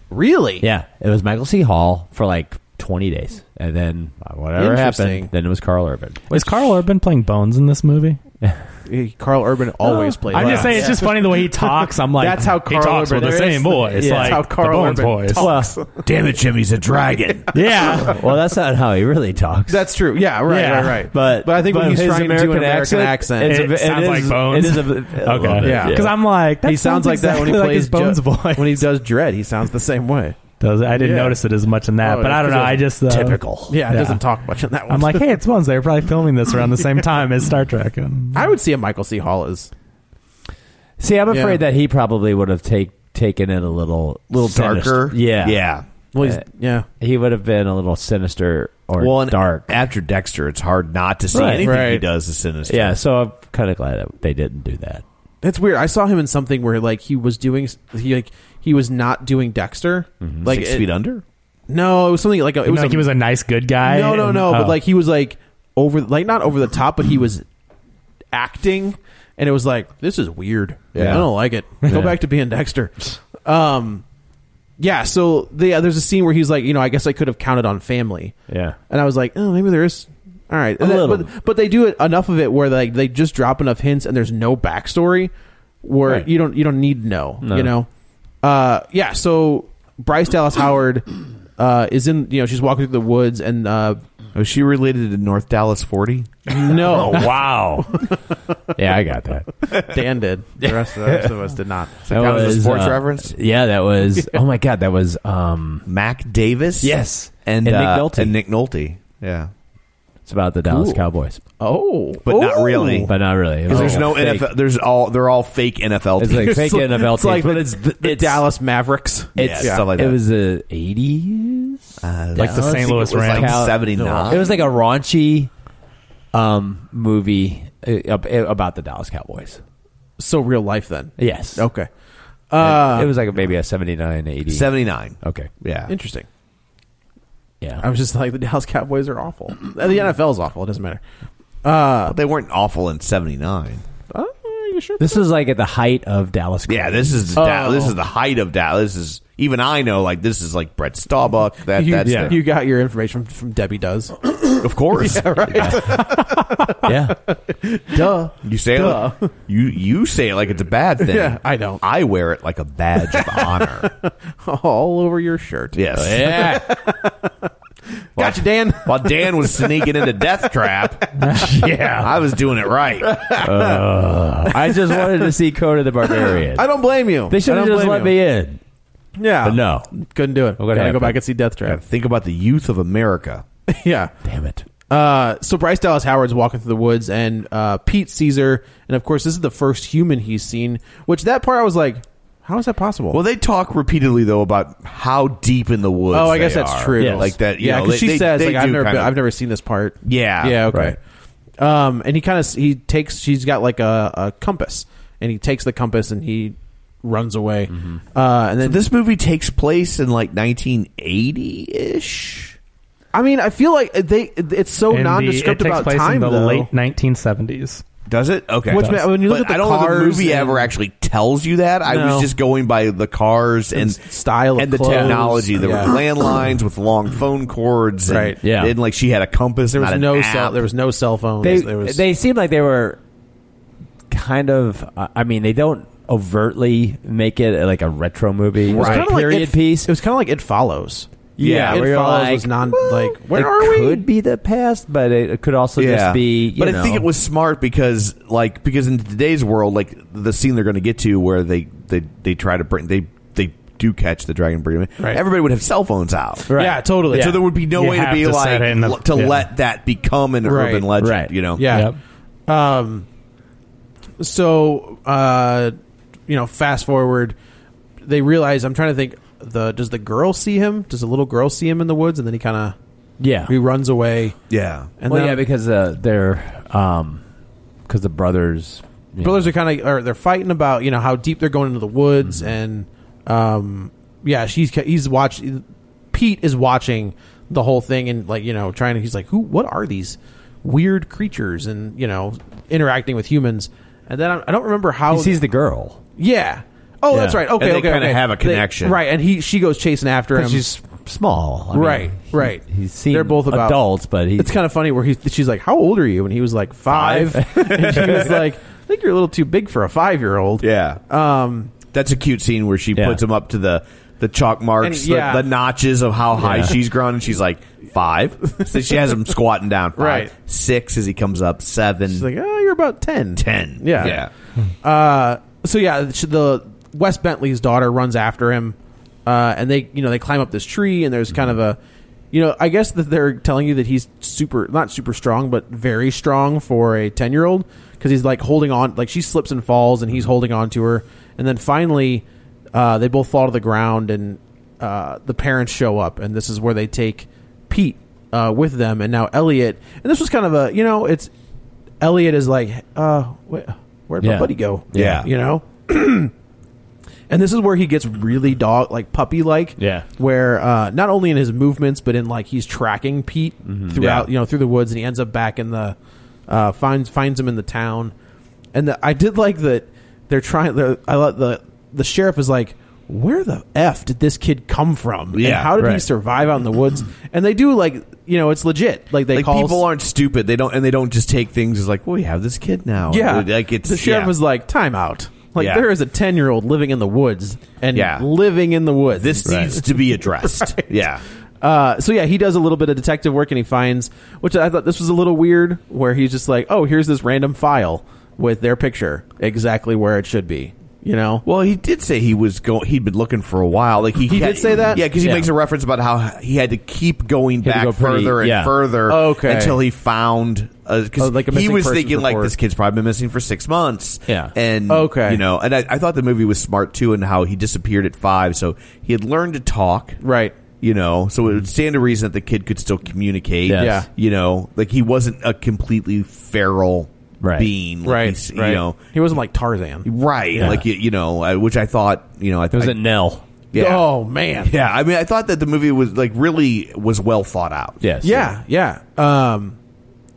Speaker 3: Really?
Speaker 4: Yeah, it was Michael C. Hall for like twenty days, and then uh, whatever
Speaker 3: Interesting.
Speaker 4: happened, then it was Carl Urban.
Speaker 2: uh, is Carl Urban playing Bones in this movie?
Speaker 3: Eh, Carl Urban always plays.
Speaker 2: Oh. I'm just
Speaker 3: Wow.
Speaker 2: saying, it's just funny the way he talks. I'm like,
Speaker 3: That's how
Speaker 2: he
Speaker 3: Carl
Speaker 2: talks
Speaker 3: Urban
Speaker 2: with the
Speaker 3: is.
Speaker 2: same voice.
Speaker 3: Yeah. That's
Speaker 2: like
Speaker 3: how Carl
Speaker 2: the Bones
Speaker 3: Urban
Speaker 2: voice.
Speaker 4: Well,
Speaker 1: Damn it, Jimmy's a dragon.
Speaker 2: yeah,
Speaker 4: well, that's not how he really talks.
Speaker 3: That's true. Yeah, right,
Speaker 2: Yeah.
Speaker 3: right, right.
Speaker 4: but
Speaker 3: but I think when he's
Speaker 4: his
Speaker 3: trying to do an American
Speaker 4: it's
Speaker 3: accent,
Speaker 2: It sounds like Bones.
Speaker 4: It is a, a
Speaker 2: okay,
Speaker 4: little bit,
Speaker 3: Yeah.
Speaker 2: Because I'm like, that
Speaker 3: he sounds like that when he plays
Speaker 2: exactly like his Bones
Speaker 3: Ju-
Speaker 2: voice.
Speaker 3: When he does Dread, he sounds the same way.
Speaker 2: Does I didn't
Speaker 3: Yeah.
Speaker 2: notice it as much in that,
Speaker 3: Oh,
Speaker 2: but
Speaker 3: yeah,
Speaker 2: I don't know.
Speaker 3: 'cause
Speaker 2: I
Speaker 3: it's
Speaker 2: just uh,
Speaker 4: typical.
Speaker 3: Yeah, it doesn't talk much in that one.
Speaker 2: I'm like, hey, it's Bones. They were probably filming this around the same time as Star Trek. And
Speaker 3: I would see a Michael C. Hall as
Speaker 4: See, I'm
Speaker 3: Yeah.
Speaker 4: afraid that he probably would have take, taken it a little,
Speaker 1: little
Speaker 4: sinister.
Speaker 1: darker.
Speaker 4: Yeah,
Speaker 1: yeah.
Speaker 3: well. He's, yeah,
Speaker 4: He would have been a little sinister or
Speaker 1: Well, and
Speaker 4: dark.
Speaker 1: after Dexter, it's hard not to see
Speaker 4: Right.
Speaker 1: anything he
Speaker 3: Right.
Speaker 1: does is sinister.
Speaker 4: Yeah, so I'm kind of glad that they didn't do that.
Speaker 3: That's weird. I saw him in something where like he was doing he like he was not doing Dexter. Like
Speaker 1: Mm-hmm. Six
Speaker 3: it-
Speaker 1: Feet Under.
Speaker 3: No, it was something like a, it was
Speaker 2: it was like
Speaker 3: a,
Speaker 2: he was a nice, good guy.
Speaker 3: no no
Speaker 2: and-
Speaker 3: no,
Speaker 2: oh.
Speaker 3: but like he was like over like not over the top, but he was acting, and it was like this is weird.
Speaker 4: Yeah.
Speaker 3: I don't like it. Go back to being Dexter. Um, yeah. So the, yeah, there's a scene where he's like, you know, I guess I could have counted on family.
Speaker 4: Yeah.
Speaker 3: And I was like, oh, maybe there is. All right, And
Speaker 4: A
Speaker 3: that-
Speaker 4: little.
Speaker 3: but but they do it enough of it where like they just drop enough hints and there's no backstory where
Speaker 4: Right.
Speaker 3: you don't you don't need to know
Speaker 4: No.
Speaker 3: you know uh yeah so Bryce Dallas Howard uh is in you know she's walking through the woods and uh
Speaker 1: Was Oh, she related to North Dallas Forty?
Speaker 3: no
Speaker 4: Oh, wow. yeah, I got that.
Speaker 3: Dan did the rest of the rest of us did not
Speaker 4: That, uh,
Speaker 1: was uh, a sports reference?
Speaker 4: Yeah, that was. Oh my god, that was. um
Speaker 1: Mac Davis.
Speaker 4: Yes.
Speaker 1: and,
Speaker 4: And Nick
Speaker 1: uh,
Speaker 4: Nolte.
Speaker 1: and Nick Nolte. Yeah,
Speaker 4: It's about the Dallas
Speaker 3: Cool.
Speaker 4: Cowboys,
Speaker 3: oh
Speaker 1: but not
Speaker 3: Oh.
Speaker 1: really.
Speaker 4: but not really.
Speaker 1: Because there's
Speaker 4: Like
Speaker 1: no
Speaker 4: a fake-
Speaker 1: NFL. There's all they're all fake NFL.
Speaker 4: It's like
Speaker 1: teams.
Speaker 4: fake NFL
Speaker 3: it's like
Speaker 4: teams, but
Speaker 3: the-
Speaker 4: it's
Speaker 3: the Dallas Mavericks
Speaker 4: It's
Speaker 1: Yeah, stuff like
Speaker 4: It
Speaker 1: that.
Speaker 4: was the 80s.
Speaker 1: Uh,
Speaker 2: Like the
Speaker 4: I
Speaker 2: St.
Speaker 4: think it
Speaker 2: Louis
Speaker 4: was
Speaker 2: Rams.
Speaker 4: like-
Speaker 1: '79.
Speaker 4: It was like a raunchy um, movie uh, ab- about the Dallas Cowboys.
Speaker 3: So real life then?
Speaker 4: Yes. Uh,
Speaker 3: Okay.
Speaker 4: it was like maybe a 79, 80.
Speaker 1: 79.
Speaker 4: Okay.
Speaker 1: Yeah.
Speaker 3: Interesting.
Speaker 4: Yeah.
Speaker 3: I was just like the Dallas Cowboys are awful. Uh,
Speaker 4: Hmm.
Speaker 3: The NFL's awful. It doesn't matter. Uh,
Speaker 1: they weren't awful in '79.
Speaker 4: This is like at the height of Dallas.
Speaker 1: Yeah, this is the da- this is the height of Dallas. This is even I know like this is like Brett Staubach. That
Speaker 3: you,
Speaker 1: that's
Speaker 3: you got your information from, from Debbie does.
Speaker 1: the- of course.
Speaker 3: yeah, right.
Speaker 4: yeah.
Speaker 3: Duh.
Speaker 1: You say it
Speaker 3: Duh.
Speaker 1: like, you you say it like it's a bad thing.
Speaker 3: Yeah, I don't.
Speaker 1: I wear it like a badge of honor.
Speaker 3: All over your shirt.
Speaker 1: Yes.
Speaker 4: Yeah.
Speaker 3: Gotcha, Dan.
Speaker 1: While Dan was sneaking into Death Trap, yeah, I was doing it right.
Speaker 4: I just wanted to see Coda the Barbarian.
Speaker 3: I don't blame you.
Speaker 4: they should
Speaker 3: I
Speaker 4: have
Speaker 3: don't
Speaker 4: just let
Speaker 3: blame
Speaker 4: me
Speaker 3: you.
Speaker 4: in.
Speaker 3: Yeah.
Speaker 4: But no.
Speaker 3: Couldn't do it.
Speaker 4: What
Speaker 3: Gotta go
Speaker 4: happened?
Speaker 3: back and see Death
Speaker 1: Yeah,
Speaker 3: Trap.
Speaker 1: think about the youth of America.
Speaker 3: yeah.
Speaker 4: Damn it.
Speaker 3: Uh, so Bryce Dallas Howard's walking through the woods, and uh, Pete Caesar, and of course, this is the first human he's seen. Which that part I was like, how is that possible?
Speaker 1: Well, they talk repeatedly though about how deep in the woods.
Speaker 3: oh, I guess
Speaker 1: they
Speaker 3: that's
Speaker 1: are.
Speaker 3: true.
Speaker 4: Yes.
Speaker 1: Like that. you
Speaker 3: yeah.
Speaker 1: know,
Speaker 3: Because she
Speaker 1: they- they-
Speaker 3: says,
Speaker 1: they
Speaker 3: like, I've
Speaker 1: do
Speaker 3: never, been,
Speaker 1: kinda-
Speaker 3: I've never seen this part.
Speaker 1: Yeah.
Speaker 3: Yeah. Okay. Um, and he kind of he takes. She's got like a, a compass, and he takes the compass and he runs away. Uh, and then
Speaker 1: This movie takes place in like 1980 ish.
Speaker 3: I mean, I feel like they it's so
Speaker 2: And the-
Speaker 3: nondescript
Speaker 2: it takes
Speaker 3: about
Speaker 2: place
Speaker 3: time
Speaker 2: in the
Speaker 3: though.
Speaker 2: late 1970s.
Speaker 1: Does it? Okay.
Speaker 3: Which, man, when you look
Speaker 1: But
Speaker 3: at the
Speaker 1: I don't know if
Speaker 3: cars
Speaker 1: the movie
Speaker 3: and-
Speaker 1: ever actually tells you that. I
Speaker 3: No.
Speaker 1: was just going by the cars and,
Speaker 3: And style of
Speaker 1: and the
Speaker 3: clothes.
Speaker 1: technology. There
Speaker 3: Yeah.
Speaker 1: were landlines with long phone cords. And,
Speaker 3: Right.
Speaker 4: Yeah.
Speaker 1: And like she had a compass.
Speaker 3: There was
Speaker 1: not an
Speaker 3: no
Speaker 1: app.
Speaker 3: cell. There was no cell phones.
Speaker 4: They
Speaker 3: there was
Speaker 4: they seem like they were kind of. Uh, I mean, they don't overtly make it uh, like a retro movie,
Speaker 3: It was
Speaker 4: Like
Speaker 3: kinda
Speaker 4: a period
Speaker 3: like it,
Speaker 4: piece.
Speaker 3: It was kind of like it follows.
Speaker 4: Yeah,
Speaker 3: it
Speaker 4: where you're
Speaker 3: follows
Speaker 4: like,
Speaker 3: was non
Speaker 4: well,
Speaker 3: like where
Speaker 4: it
Speaker 3: are we?
Speaker 4: Could be the past, but it, it could also just be. You
Speaker 1: but
Speaker 4: know,
Speaker 1: I think it was smart because, like, because in today's world, like the scene they're going to get to where they they they try to bring they they do catch the dragon bring him in,
Speaker 3: Right.
Speaker 1: Everybody would have cell phones out.
Speaker 4: Right.
Speaker 3: Yeah, totally.
Speaker 1: So there would be no
Speaker 2: You
Speaker 1: way to
Speaker 2: have
Speaker 1: be
Speaker 2: to
Speaker 1: like
Speaker 2: set it in the-
Speaker 1: l- to
Speaker 2: yeah.
Speaker 1: let that become an
Speaker 3: Right.
Speaker 1: urban legend.
Speaker 4: Right.
Speaker 1: You know.
Speaker 3: Yeah. Um. So, uh, you know, fast forward, they realize. I'm trying to think. The does the girl see him? Does the little girl see him in the woods? And then he kind of
Speaker 4: yeah.
Speaker 3: he runs away.
Speaker 1: Yeah.
Speaker 3: And
Speaker 4: well,
Speaker 3: then
Speaker 4: yeah, because uh, they're um, because the brothers, you
Speaker 3: brothers are kind of or they're fighting about you know how deep they're going into the woods
Speaker 4: Mm-hmm.
Speaker 3: and um yeah she's ca- he's watching Pete is watching the whole thing and like you know trying to he's like who what are these weird creatures and you know interacting with humans and then I, I don't remember how
Speaker 4: know, he sees the girl.
Speaker 3: yeah oh that's
Speaker 4: Yeah.
Speaker 3: right okay
Speaker 1: And they
Speaker 3: okay
Speaker 1: kinda
Speaker 3: okay.
Speaker 1: have a
Speaker 3: They-
Speaker 1: connection.
Speaker 3: right and he she goes chasing after him
Speaker 4: Because she's small, I mean,
Speaker 3: Right,
Speaker 4: he-
Speaker 3: right.
Speaker 4: He's seen
Speaker 3: They're both about-
Speaker 4: adults, but he,
Speaker 3: it's kind of funny where he, she's like, "How old are you?" and he was like five, and she was like, "I think you're a little too big for a five year old."
Speaker 1: Yeah.
Speaker 3: Um,
Speaker 1: That's a cute scene where she
Speaker 4: Yeah.
Speaker 1: puts him up to the the chalk marks,
Speaker 3: And- yeah.
Speaker 1: the, the notches of how high
Speaker 4: Yeah.
Speaker 1: she's grown, and she's like five. so she has him squatting down. Five,
Speaker 3: Right.
Speaker 1: Six as he comes up. Seven.
Speaker 3: She's like, oh, you're about 10.
Speaker 1: ten.
Speaker 3: Yeah.
Speaker 1: Yeah.
Speaker 3: Uh, so, yeah, she, the Wes Bentley's daughter runs after him. Uh, and they, you know, they climb up this tree, and there's kind of a, you know, I guess that they're telling you that he's super, not super strong, but very strong for a 10 year old because he's like holding on, like she slips and falls, and he's holding on to her. And then finally, uh, they both fall to the ground, and uh, the parents show up, and this is where they take Pete uh, with them, and now Elliot. And this was kind of a, you know, it's Elliot is like, uh, wh- where'd my
Speaker 4: Yeah.
Speaker 3: buddy go?
Speaker 1: Yeah.
Speaker 3: You know? and this is where he gets really dog, like puppy like.
Speaker 4: Yeah.
Speaker 3: Where, uh, not only in his movements, but in like he's tracking Pete throughout,
Speaker 1: Mm-hmm. Yeah.
Speaker 3: you know, through the woods and he ends up back in the, uh, finds, finds him in the town. And the, I did like that they're trying, the, I love the, the sheriff is like, where the F did this kid come from? And
Speaker 1: Yeah,
Speaker 3: how did he
Speaker 1: right.
Speaker 3: survive out in the woods? And they do like, you know, it's legit. Like they
Speaker 1: like
Speaker 3: call
Speaker 1: people aren't stupid. They don't and they don't just take things as like, well, we have this kid now.
Speaker 3: Yeah,
Speaker 1: Like it's
Speaker 3: the sheriff
Speaker 1: yeah.
Speaker 3: was like, "Time out! Like
Speaker 1: Yeah.
Speaker 3: there is a ten year old living in the woods and
Speaker 1: Yeah.
Speaker 3: living in the woods.
Speaker 1: this needs to be addressed. Yeah.
Speaker 3: Uh, so yeah, he does a little bit of detective work and he finds, which I thought this was a little weird, where he's just like, "Oh, here's this random file with their picture exactly where it should be." You know,
Speaker 1: Well, he did say he was go. He'd been looking for a while. Like he,
Speaker 3: He
Speaker 1: had-
Speaker 3: did say that?
Speaker 1: Yeah, because he
Speaker 3: Yeah.
Speaker 1: makes a reference about how he had to keep going
Speaker 4: He
Speaker 1: back
Speaker 4: had to go pretty-
Speaker 1: further and
Speaker 4: yeah.
Speaker 1: further,
Speaker 3: Okay.
Speaker 1: until he found. Because
Speaker 3: Oh, like a
Speaker 1: he
Speaker 3: missing
Speaker 1: was
Speaker 3: persons
Speaker 1: thinking like
Speaker 3: report.
Speaker 1: this kid's probably been missing for six months.
Speaker 4: Yeah.
Speaker 1: and
Speaker 3: Okay.
Speaker 1: you know, and I, I thought the movie was smart too, and how he disappeared at five, so he had learned to talk.
Speaker 3: right?
Speaker 1: You know, so it would stand to reason that the kid could still communicate.
Speaker 3: Mm. Yes. Yeah.
Speaker 1: You know, like he wasn't a completely feral
Speaker 3: Right.
Speaker 1: being. Like
Speaker 3: Right,
Speaker 1: he's-
Speaker 3: right.
Speaker 1: You know,
Speaker 3: he wasn't like Tarzan.
Speaker 1: Right.
Speaker 3: Yeah.
Speaker 1: Like, you, you know, I, which I thought, you know, I
Speaker 3: was
Speaker 1: I-
Speaker 3: at Nell.
Speaker 1: Yeah.
Speaker 3: Oh, man.
Speaker 1: Yeah. I mean, I thought that the movie was like really was well thought out.
Speaker 4: Yes.
Speaker 3: Yeah, yeah. Um,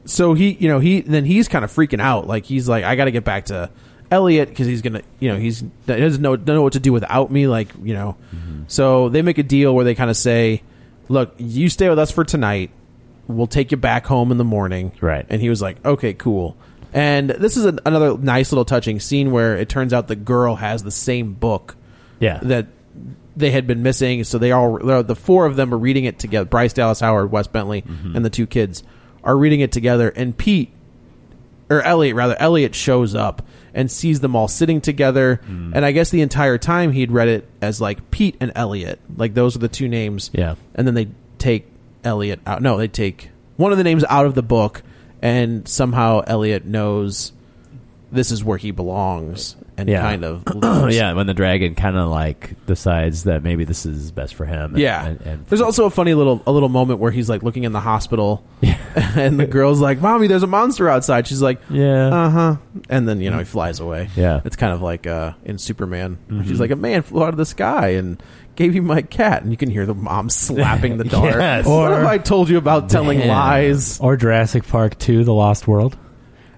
Speaker 3: so he, you know, he then he's kind of freaking out. Like he's like, I got to get back to Elliot because he's gonna, you know, he's he doesn't know don't know what to do without me. Like you know, so they make a deal where they kind of say, look, you stay with us for tonight. We'll take you back home in the morning. Right. And he was like, okay, cool. And this is an, another nice little touching scene where it turns out the girl has the same book
Speaker 4: Yeah.
Speaker 3: that they had been missing. So they all uh, the four of them are reading it together. Bryce Dallas Howard, Wes Bentley,
Speaker 4: Mm-hmm.
Speaker 3: and the two kids are reading it together. And Pete or Elliot rather, Elliot shows up and sees them all sitting together.
Speaker 4: Mm.
Speaker 3: And I guess the entire time he'd read it as like Pete and Elliot, like those are the two names.
Speaker 4: Yeah.
Speaker 3: And then they take Elliot out. No, they take one of the names out of the book, and somehow Elliot knows this is where he belongs and
Speaker 4: Yeah.
Speaker 3: kind of leaves.
Speaker 4: yeah, when the dragon kind of like decides that maybe this is best for him. and-
Speaker 3: Yeah.
Speaker 4: and, and
Speaker 3: there's also a funny little a little moment where he's like looking in the hospital, and the girl's like, "Mommy, there's a monster outside." She's like,
Speaker 4: Yeah.
Speaker 3: uh huh." And then you know he flies away.
Speaker 4: Yeah.
Speaker 3: it's kind of like uh, in Superman.
Speaker 2: Mm-hmm.
Speaker 3: She's like, "A man flew out of the sky and gave you my cat," and you can hear the mom slapping the daughter.
Speaker 2: Yes.
Speaker 3: What
Speaker 2: Or-
Speaker 3: have I told you about telling
Speaker 2: Damn.
Speaker 3: lies?
Speaker 2: Or Jurassic Park 2, The Lost World.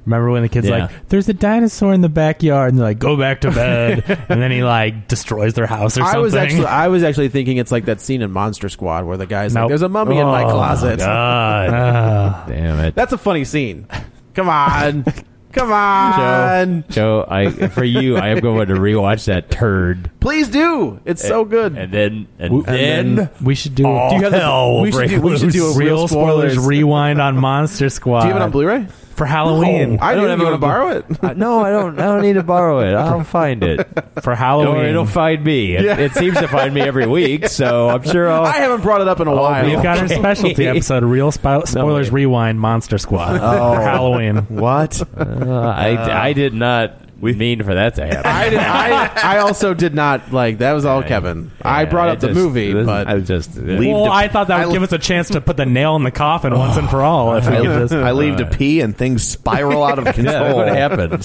Speaker 2: Remember when the kid's
Speaker 3: Yeah.
Speaker 2: like, there's a dinosaur in the backyard, and they're like, go back to bed. and then he, like, destroys their house or something.
Speaker 3: I was actually I was actually thinking it's like that scene in Monster Squad where the guy's like,
Speaker 2: Nope.
Speaker 3: "There's a mummy in my
Speaker 2: Oh,
Speaker 3: closet."
Speaker 2: Ah.
Speaker 4: God. Damn it.
Speaker 3: That's a funny scene. Come on. Come on.
Speaker 4: Joe, I for you, I am going to rewatch that turd.
Speaker 3: Please do. It's so good.
Speaker 4: And then and,
Speaker 2: We-
Speaker 4: then,
Speaker 2: we should do.
Speaker 3: Oh,
Speaker 4: all
Speaker 2: do you have the-
Speaker 4: hell will
Speaker 2: we should
Speaker 4: break
Speaker 2: do- we should
Speaker 4: loose.
Speaker 2: do a real, spoilers, rewind on Monster Squad.
Speaker 3: Do you have it on Blu-ray?
Speaker 2: for Halloween?
Speaker 3: No, I don't have it on Blu-ray.
Speaker 4: Uh, no, I don't. I don't need to borrow it. I'll find it
Speaker 2: for
Speaker 4: Don't
Speaker 2: Halloween.
Speaker 4: worry, it'll find me. It,
Speaker 3: Yeah.
Speaker 4: it seems to find me every week, so I'm sure I'll.
Speaker 3: I haven't brought it up in a while.
Speaker 2: We've got our specialty episode, real spo- spoilers rewind Monster Squad
Speaker 3: Oh.
Speaker 2: for Halloween.
Speaker 1: What?
Speaker 4: Uh, I, I did not mean for that to happen.
Speaker 3: I, did, I, I also did not like that was all Kevin. I brought up
Speaker 4: It
Speaker 3: the
Speaker 4: just-
Speaker 3: movie,
Speaker 4: this-
Speaker 3: but
Speaker 4: I just
Speaker 1: Leave
Speaker 2: Well,
Speaker 1: the-
Speaker 2: I thought that would
Speaker 1: I-
Speaker 2: give us a chance to put the nail in the coffin once and for all. If we
Speaker 1: I,
Speaker 2: get this.
Speaker 1: I leave to pee and things spiral out of control.
Speaker 4: yeah, what happened?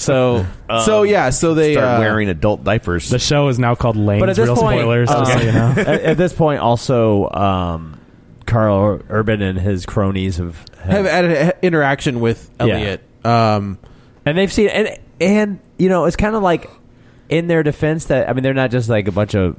Speaker 4: So um,
Speaker 3: so yeah, so they
Speaker 1: Start
Speaker 3: uh,
Speaker 1: wearing adult diapers.
Speaker 2: The show is now called Lane's
Speaker 4: but at this
Speaker 2: Real
Speaker 4: point,
Speaker 2: Spoilers. just
Speaker 4: um,
Speaker 2: so you know.
Speaker 4: at, at this point, also um, Carl Urban and his cronies have,
Speaker 3: have had an interaction with
Speaker 4: Yeah.
Speaker 3: Elliot. Um,
Speaker 4: and they've seen and and you know it's kind of like in their defense that I mean they're not just like a bunch of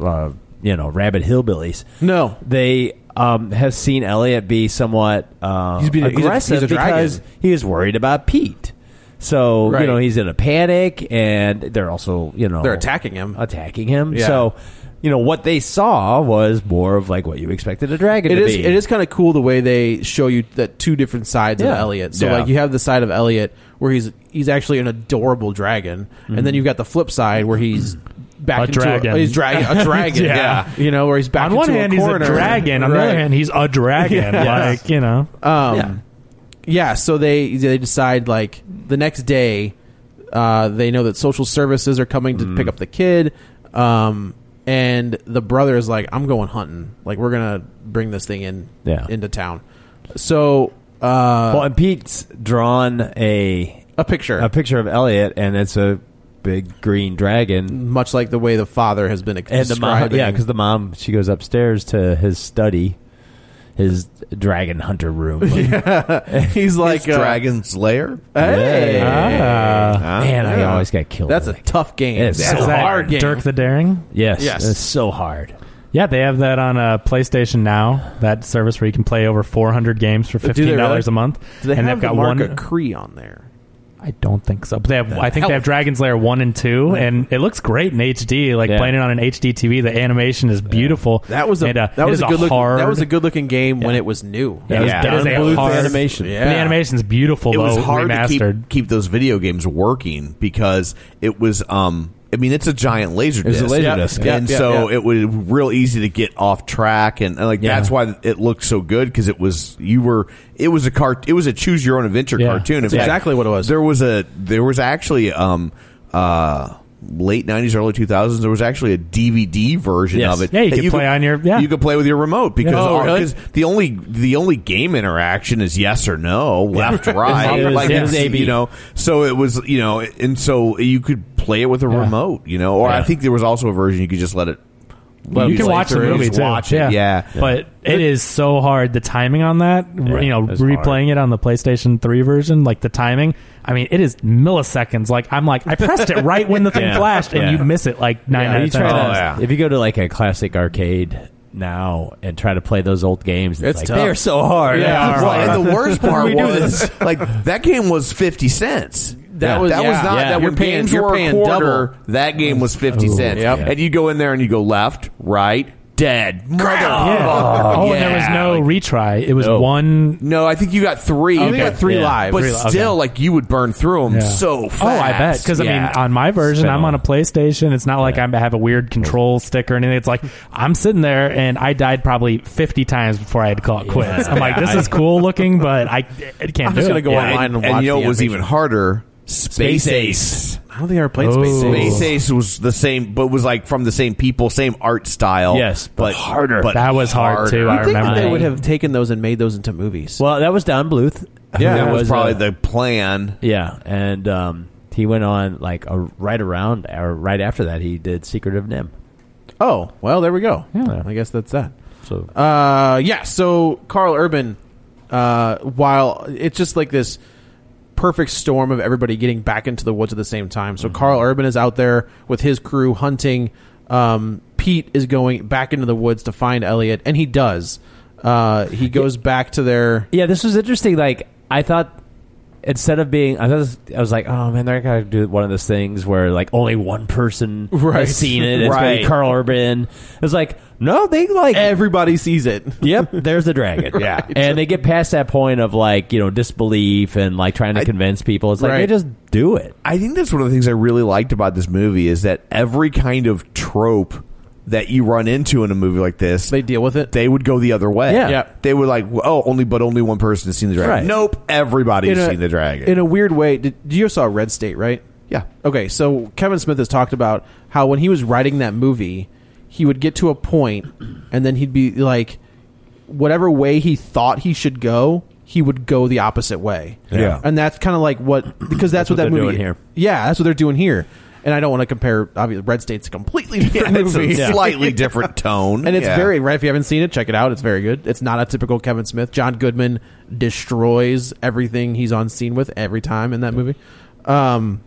Speaker 4: uh, you know rabid hillbillies.
Speaker 3: no,
Speaker 4: They um, have seen Elliot be somewhat uh,
Speaker 3: He's been- he's a-
Speaker 4: aggressive
Speaker 3: he's a dragon.
Speaker 4: because he is worried about Pete. So
Speaker 3: Right.
Speaker 4: you know he's in a panic, and they're also you know
Speaker 3: they're attacking him.
Speaker 4: attacking him.
Speaker 3: Yeah.
Speaker 4: So, you know, what they saw was more of like what you expected a dragon
Speaker 3: It
Speaker 4: to
Speaker 3: is.
Speaker 4: be.
Speaker 3: It is kind of cool the way they show you that two different sides of
Speaker 4: Yeah.
Speaker 3: Elliot. So
Speaker 4: Yeah.
Speaker 3: like you have the side of Elliot where he's he's actually an adorable dragon, and then you've got the flip side where he's back
Speaker 2: A
Speaker 3: into
Speaker 2: dragon.
Speaker 3: A, he's dragon. A dragon.
Speaker 2: Yeah.
Speaker 3: yeah. you know where he's back.
Speaker 2: on one
Speaker 3: into a
Speaker 2: hand, he's a
Speaker 3: corner.
Speaker 2: dragon. On the
Speaker 3: Right.
Speaker 2: other hand, he's a dragon. Like you know,
Speaker 3: Um, yeah. So they they decide like the next day, uh, they know that social services are coming to pick up the kid, um, and the brother is like, "I'm going hunting. Like we're gonna bring this thing in
Speaker 4: Yeah.
Speaker 3: into town." So uh,
Speaker 4: Well, and Pete's drawn a
Speaker 3: a picture,
Speaker 4: a picture of Elliot, and it's a big green
Speaker 2: Mm.
Speaker 4: dragon.
Speaker 3: much like the way the father has been
Speaker 4: And the mom,
Speaker 3: describing.
Speaker 4: yeah, because the mom she goes upstairs to his study, his dragon hunter room. Uh,
Speaker 3: he's like
Speaker 1: It's
Speaker 3: uh,
Speaker 1: Dragon's Lair.
Speaker 3: Hey,
Speaker 4: Ah. man, I
Speaker 3: Yeah.
Speaker 4: always got killed.
Speaker 3: that's a
Speaker 4: with it.
Speaker 3: tough game.
Speaker 4: It's
Speaker 3: that's
Speaker 4: so
Speaker 3: a
Speaker 2: Is that
Speaker 3: hard game.
Speaker 2: Dirk the Daring.
Speaker 4: yes,
Speaker 3: Yes.
Speaker 4: it's so hard.
Speaker 2: Yeah, they have that on uh, PlayStation Now. That service where you can play over 400 games for
Speaker 3: Do they
Speaker 2: fifteen dollars
Speaker 3: really?
Speaker 2: a month,
Speaker 3: Do they
Speaker 2: and
Speaker 3: have
Speaker 2: they've
Speaker 3: the
Speaker 2: got
Speaker 3: mark
Speaker 2: one.
Speaker 3: of Cree on there?
Speaker 2: I don't think so. But they have, I think
Speaker 3: hell?
Speaker 2: they have Dragon's Lair one and two, and it looks great in HD. Like
Speaker 4: Yeah.
Speaker 2: playing it on an HD TV, the animation is beautiful.
Speaker 3: That was a
Speaker 2: And, uh,
Speaker 3: that
Speaker 2: it
Speaker 3: was
Speaker 2: is
Speaker 3: a good looking
Speaker 2: hard,
Speaker 3: that was a good looking game when it was new.
Speaker 2: Yeah, it was
Speaker 4: Yeah.
Speaker 2: done
Speaker 4: It is a
Speaker 2: Bluth
Speaker 4: hard-
Speaker 2: animation.
Speaker 3: Yeah.
Speaker 2: And The animation's beautiful
Speaker 1: it
Speaker 2: though,
Speaker 1: was hard
Speaker 2: remastered.
Speaker 1: to keep, keep those video games working because it was um I mean it's a giant laser
Speaker 4: was
Speaker 1: disc.
Speaker 4: a laser Yeah. disc.
Speaker 1: And
Speaker 3: Yeah, yeah,
Speaker 1: so
Speaker 3: yeah.
Speaker 1: it was real easy to get off track and, and like
Speaker 4: Yeah.
Speaker 1: that's why it looked so good because it was you were it was a cart it was a choose your own adventure
Speaker 2: Yeah.
Speaker 1: cartoon. In
Speaker 3: That's
Speaker 1: fact,
Speaker 3: exactly what it was.
Speaker 1: There was a there was actually um uh late '90s, early 2000s, there was actually a DVD version
Speaker 2: Yes.
Speaker 1: of it.
Speaker 2: Yeah, you
Speaker 1: that
Speaker 2: could play on your- yeah.
Speaker 1: You could play with your remote because
Speaker 2: Oh,
Speaker 1: all-
Speaker 2: really?
Speaker 1: 'cause the only the only game interaction is yes or no, left right.
Speaker 4: It was-
Speaker 1: like
Speaker 4: it
Speaker 1: it's,
Speaker 4: was AB.
Speaker 1: you know, so it was you know, and so you could play it with a remote, you know, or I think there was also a version you could just let it.
Speaker 2: Well, you can
Speaker 1: play
Speaker 2: watch the
Speaker 1: through,
Speaker 2: movie
Speaker 1: just
Speaker 2: too.
Speaker 1: Watch it, yeah.
Speaker 2: But it is so hard. The timing on that,
Speaker 1: Yeah,
Speaker 2: you know,
Speaker 1: it's
Speaker 2: replaying it on the PlayStation Three version, like the timing. I mean, it is milliseconds. Like I'm like, I pressed it right when the thing
Speaker 4: Yeah.
Speaker 2: flashed, and
Speaker 4: Yeah.
Speaker 2: you miss it like nine
Speaker 4: Yeah,
Speaker 2: out
Speaker 4: you
Speaker 2: of ten
Speaker 4: try
Speaker 1: Oh,
Speaker 3: Oh,
Speaker 4: to-
Speaker 2: times.
Speaker 4: If you go to like a classic arcade now and try to play those old games, it's,
Speaker 1: It's
Speaker 4: like,
Speaker 1: tough.
Speaker 4: they're so hard.
Speaker 1: Yeah, well, and the worst part
Speaker 4: We do
Speaker 1: was like that game was fifty cents.
Speaker 4: That was-
Speaker 1: that was
Speaker 4: yeah.
Speaker 1: not
Speaker 4: Yeah.
Speaker 1: that
Speaker 4: You're
Speaker 1: when
Speaker 4: paying-
Speaker 1: games
Speaker 4: you're
Speaker 1: were a
Speaker 4: paying
Speaker 1: quarter.
Speaker 4: double.
Speaker 1: That game was fifty
Speaker 4: Ooh,
Speaker 1: cents,
Speaker 4: yep.
Speaker 1: and you go in there and you go left, right, dead, motherfucker.
Speaker 2: Yeah. Oh, and there was
Speaker 1: Yeah.
Speaker 2: no retry. It was one.
Speaker 1: No, I think you got three.
Speaker 2: I think I got three Yeah. live.
Speaker 1: but
Speaker 2: Three li-
Speaker 1: still,
Speaker 2: okay.
Speaker 1: like you would burn through them
Speaker 2: Yeah.
Speaker 1: so fast.
Speaker 2: Oh, I bet. Because I
Speaker 1: Yeah.
Speaker 2: mean, on my version,
Speaker 1: Spin
Speaker 2: I'm on a PlayStation. It's not like I have a weird control stick or anything. It's like I'm sitting there and I died probably 50 times before I had to call it quits.
Speaker 1: Yeah.
Speaker 2: I'm like, this
Speaker 1: I-
Speaker 2: is cool looking, but I it can't. do it. Yeah.
Speaker 1: and, you know what was even harder? Space
Speaker 2: Space
Speaker 1: Ace.
Speaker 3: I don't think I ever played Space Ace.
Speaker 1: Space Ace was the same, but was like from the same people, same art style.
Speaker 3: Yes,
Speaker 1: but, harder. But harder.
Speaker 3: You'd think that they would have taken those and made those into movies.
Speaker 4: Well, that was Don Bluth.
Speaker 1: Yeah, that
Speaker 4: Who
Speaker 1: was probably
Speaker 4: uh,
Speaker 1: the plan.
Speaker 4: Yeah, and um, he went on like a, right around or right after that he did Secret of Nim.
Speaker 3: Oh, well, there we go. I guess that's that.
Speaker 4: So
Speaker 3: Uh, yeah. So Carl Urban, uh, while it's just like this perfect storm of everybody getting back into the woods at the same time. So Carl Urban is out there with his crew hunting. Um, Pete is going back into the woods to find Elliot, and he does. Uh, he goes back to their.
Speaker 4: Yeah, this was interesting. Like I thought, instead of being, I thought I was like, oh man, they're gonna do one of those things where like only one person
Speaker 3: Right.
Speaker 4: has seen it. It's gonna
Speaker 3: Right.
Speaker 4: be Carl Urban. It's like no, they like
Speaker 3: everybody sees it.
Speaker 4: Yep, there's the dragon.
Speaker 3: Yeah.
Speaker 4: and they get past that point of like you know disbelief and like trying to convince people. It's like they just do it.
Speaker 1: I think that's one of the things I really liked about this movie is that every kind of trope that you run into in a movie like this, they
Speaker 3: deal with it.
Speaker 1: They would go the other way.
Speaker 3: Yeah. Yeah.
Speaker 1: they would like, oh, only but only one person has seen the dragon.
Speaker 3: Right.
Speaker 1: Nope, everybody's
Speaker 3: In a-
Speaker 1: seen the dragon.
Speaker 3: In a weird way, did, you saw Red State, right?
Speaker 1: Yeah.
Speaker 3: Okay, so Kevin Smith has talked about how when he was writing that movie, he would get to a point and then he'd be like whatever way he thought he should go, he would go the opposite way.
Speaker 4: Yeah.
Speaker 3: And that's kind of like what because that's,
Speaker 4: That's
Speaker 3: what, that
Speaker 4: what they're
Speaker 3: movie
Speaker 4: doing here.
Speaker 3: Yeah, that's what they're doing here. And I don't want to compare obviously Red State's a completely different
Speaker 1: Yeah, it's a
Speaker 3: movie.
Speaker 1: slightly different tone.
Speaker 3: And it's
Speaker 1: Yeah.
Speaker 3: very right. If you haven't seen it, check it out. It's very good. It's not a typical Kevin Smith. John Goodman destroys everything he's on scene with every time in that movie. Um,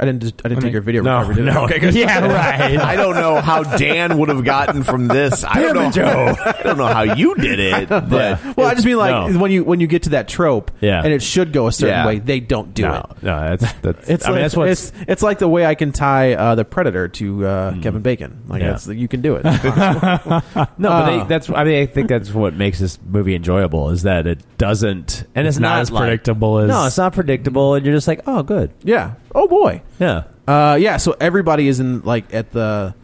Speaker 3: I didn't. I didn't take your video.
Speaker 4: no,
Speaker 3: recovery, did I?
Speaker 4: no.
Speaker 3: Okay, good.
Speaker 4: Yeah, right.
Speaker 1: I don't know how Dan would have gotten from this. I don't know,
Speaker 3: Damn it,
Speaker 1: I don't know how you did it, but
Speaker 3: Well, I just mean like
Speaker 1: No.
Speaker 3: when you when you get to that trope,
Speaker 1: Yeah.
Speaker 3: and it should go a certain
Speaker 1: Yeah.
Speaker 3: way. They don't do it.
Speaker 4: No, that's that's.
Speaker 3: It's
Speaker 4: I
Speaker 3: like,
Speaker 4: mean, that's what's
Speaker 3: it's it's like the way I can tie uh, the Predator to uh, Kevin Bacon. Like
Speaker 4: Hmm. Yeah.
Speaker 3: that's you can do it.
Speaker 4: No, but
Speaker 3: Uh,
Speaker 4: they, that's. I mean, I think that's what makes this movie enjoyable is that it doesn't, and it's,
Speaker 2: It's not as
Speaker 4: like-
Speaker 2: predictable as-
Speaker 4: No, it's not predictable, and you're just like, oh, good.
Speaker 3: yeah. Oh boy.
Speaker 4: Yeah.
Speaker 3: Uh, yeah. So everybody is in like at the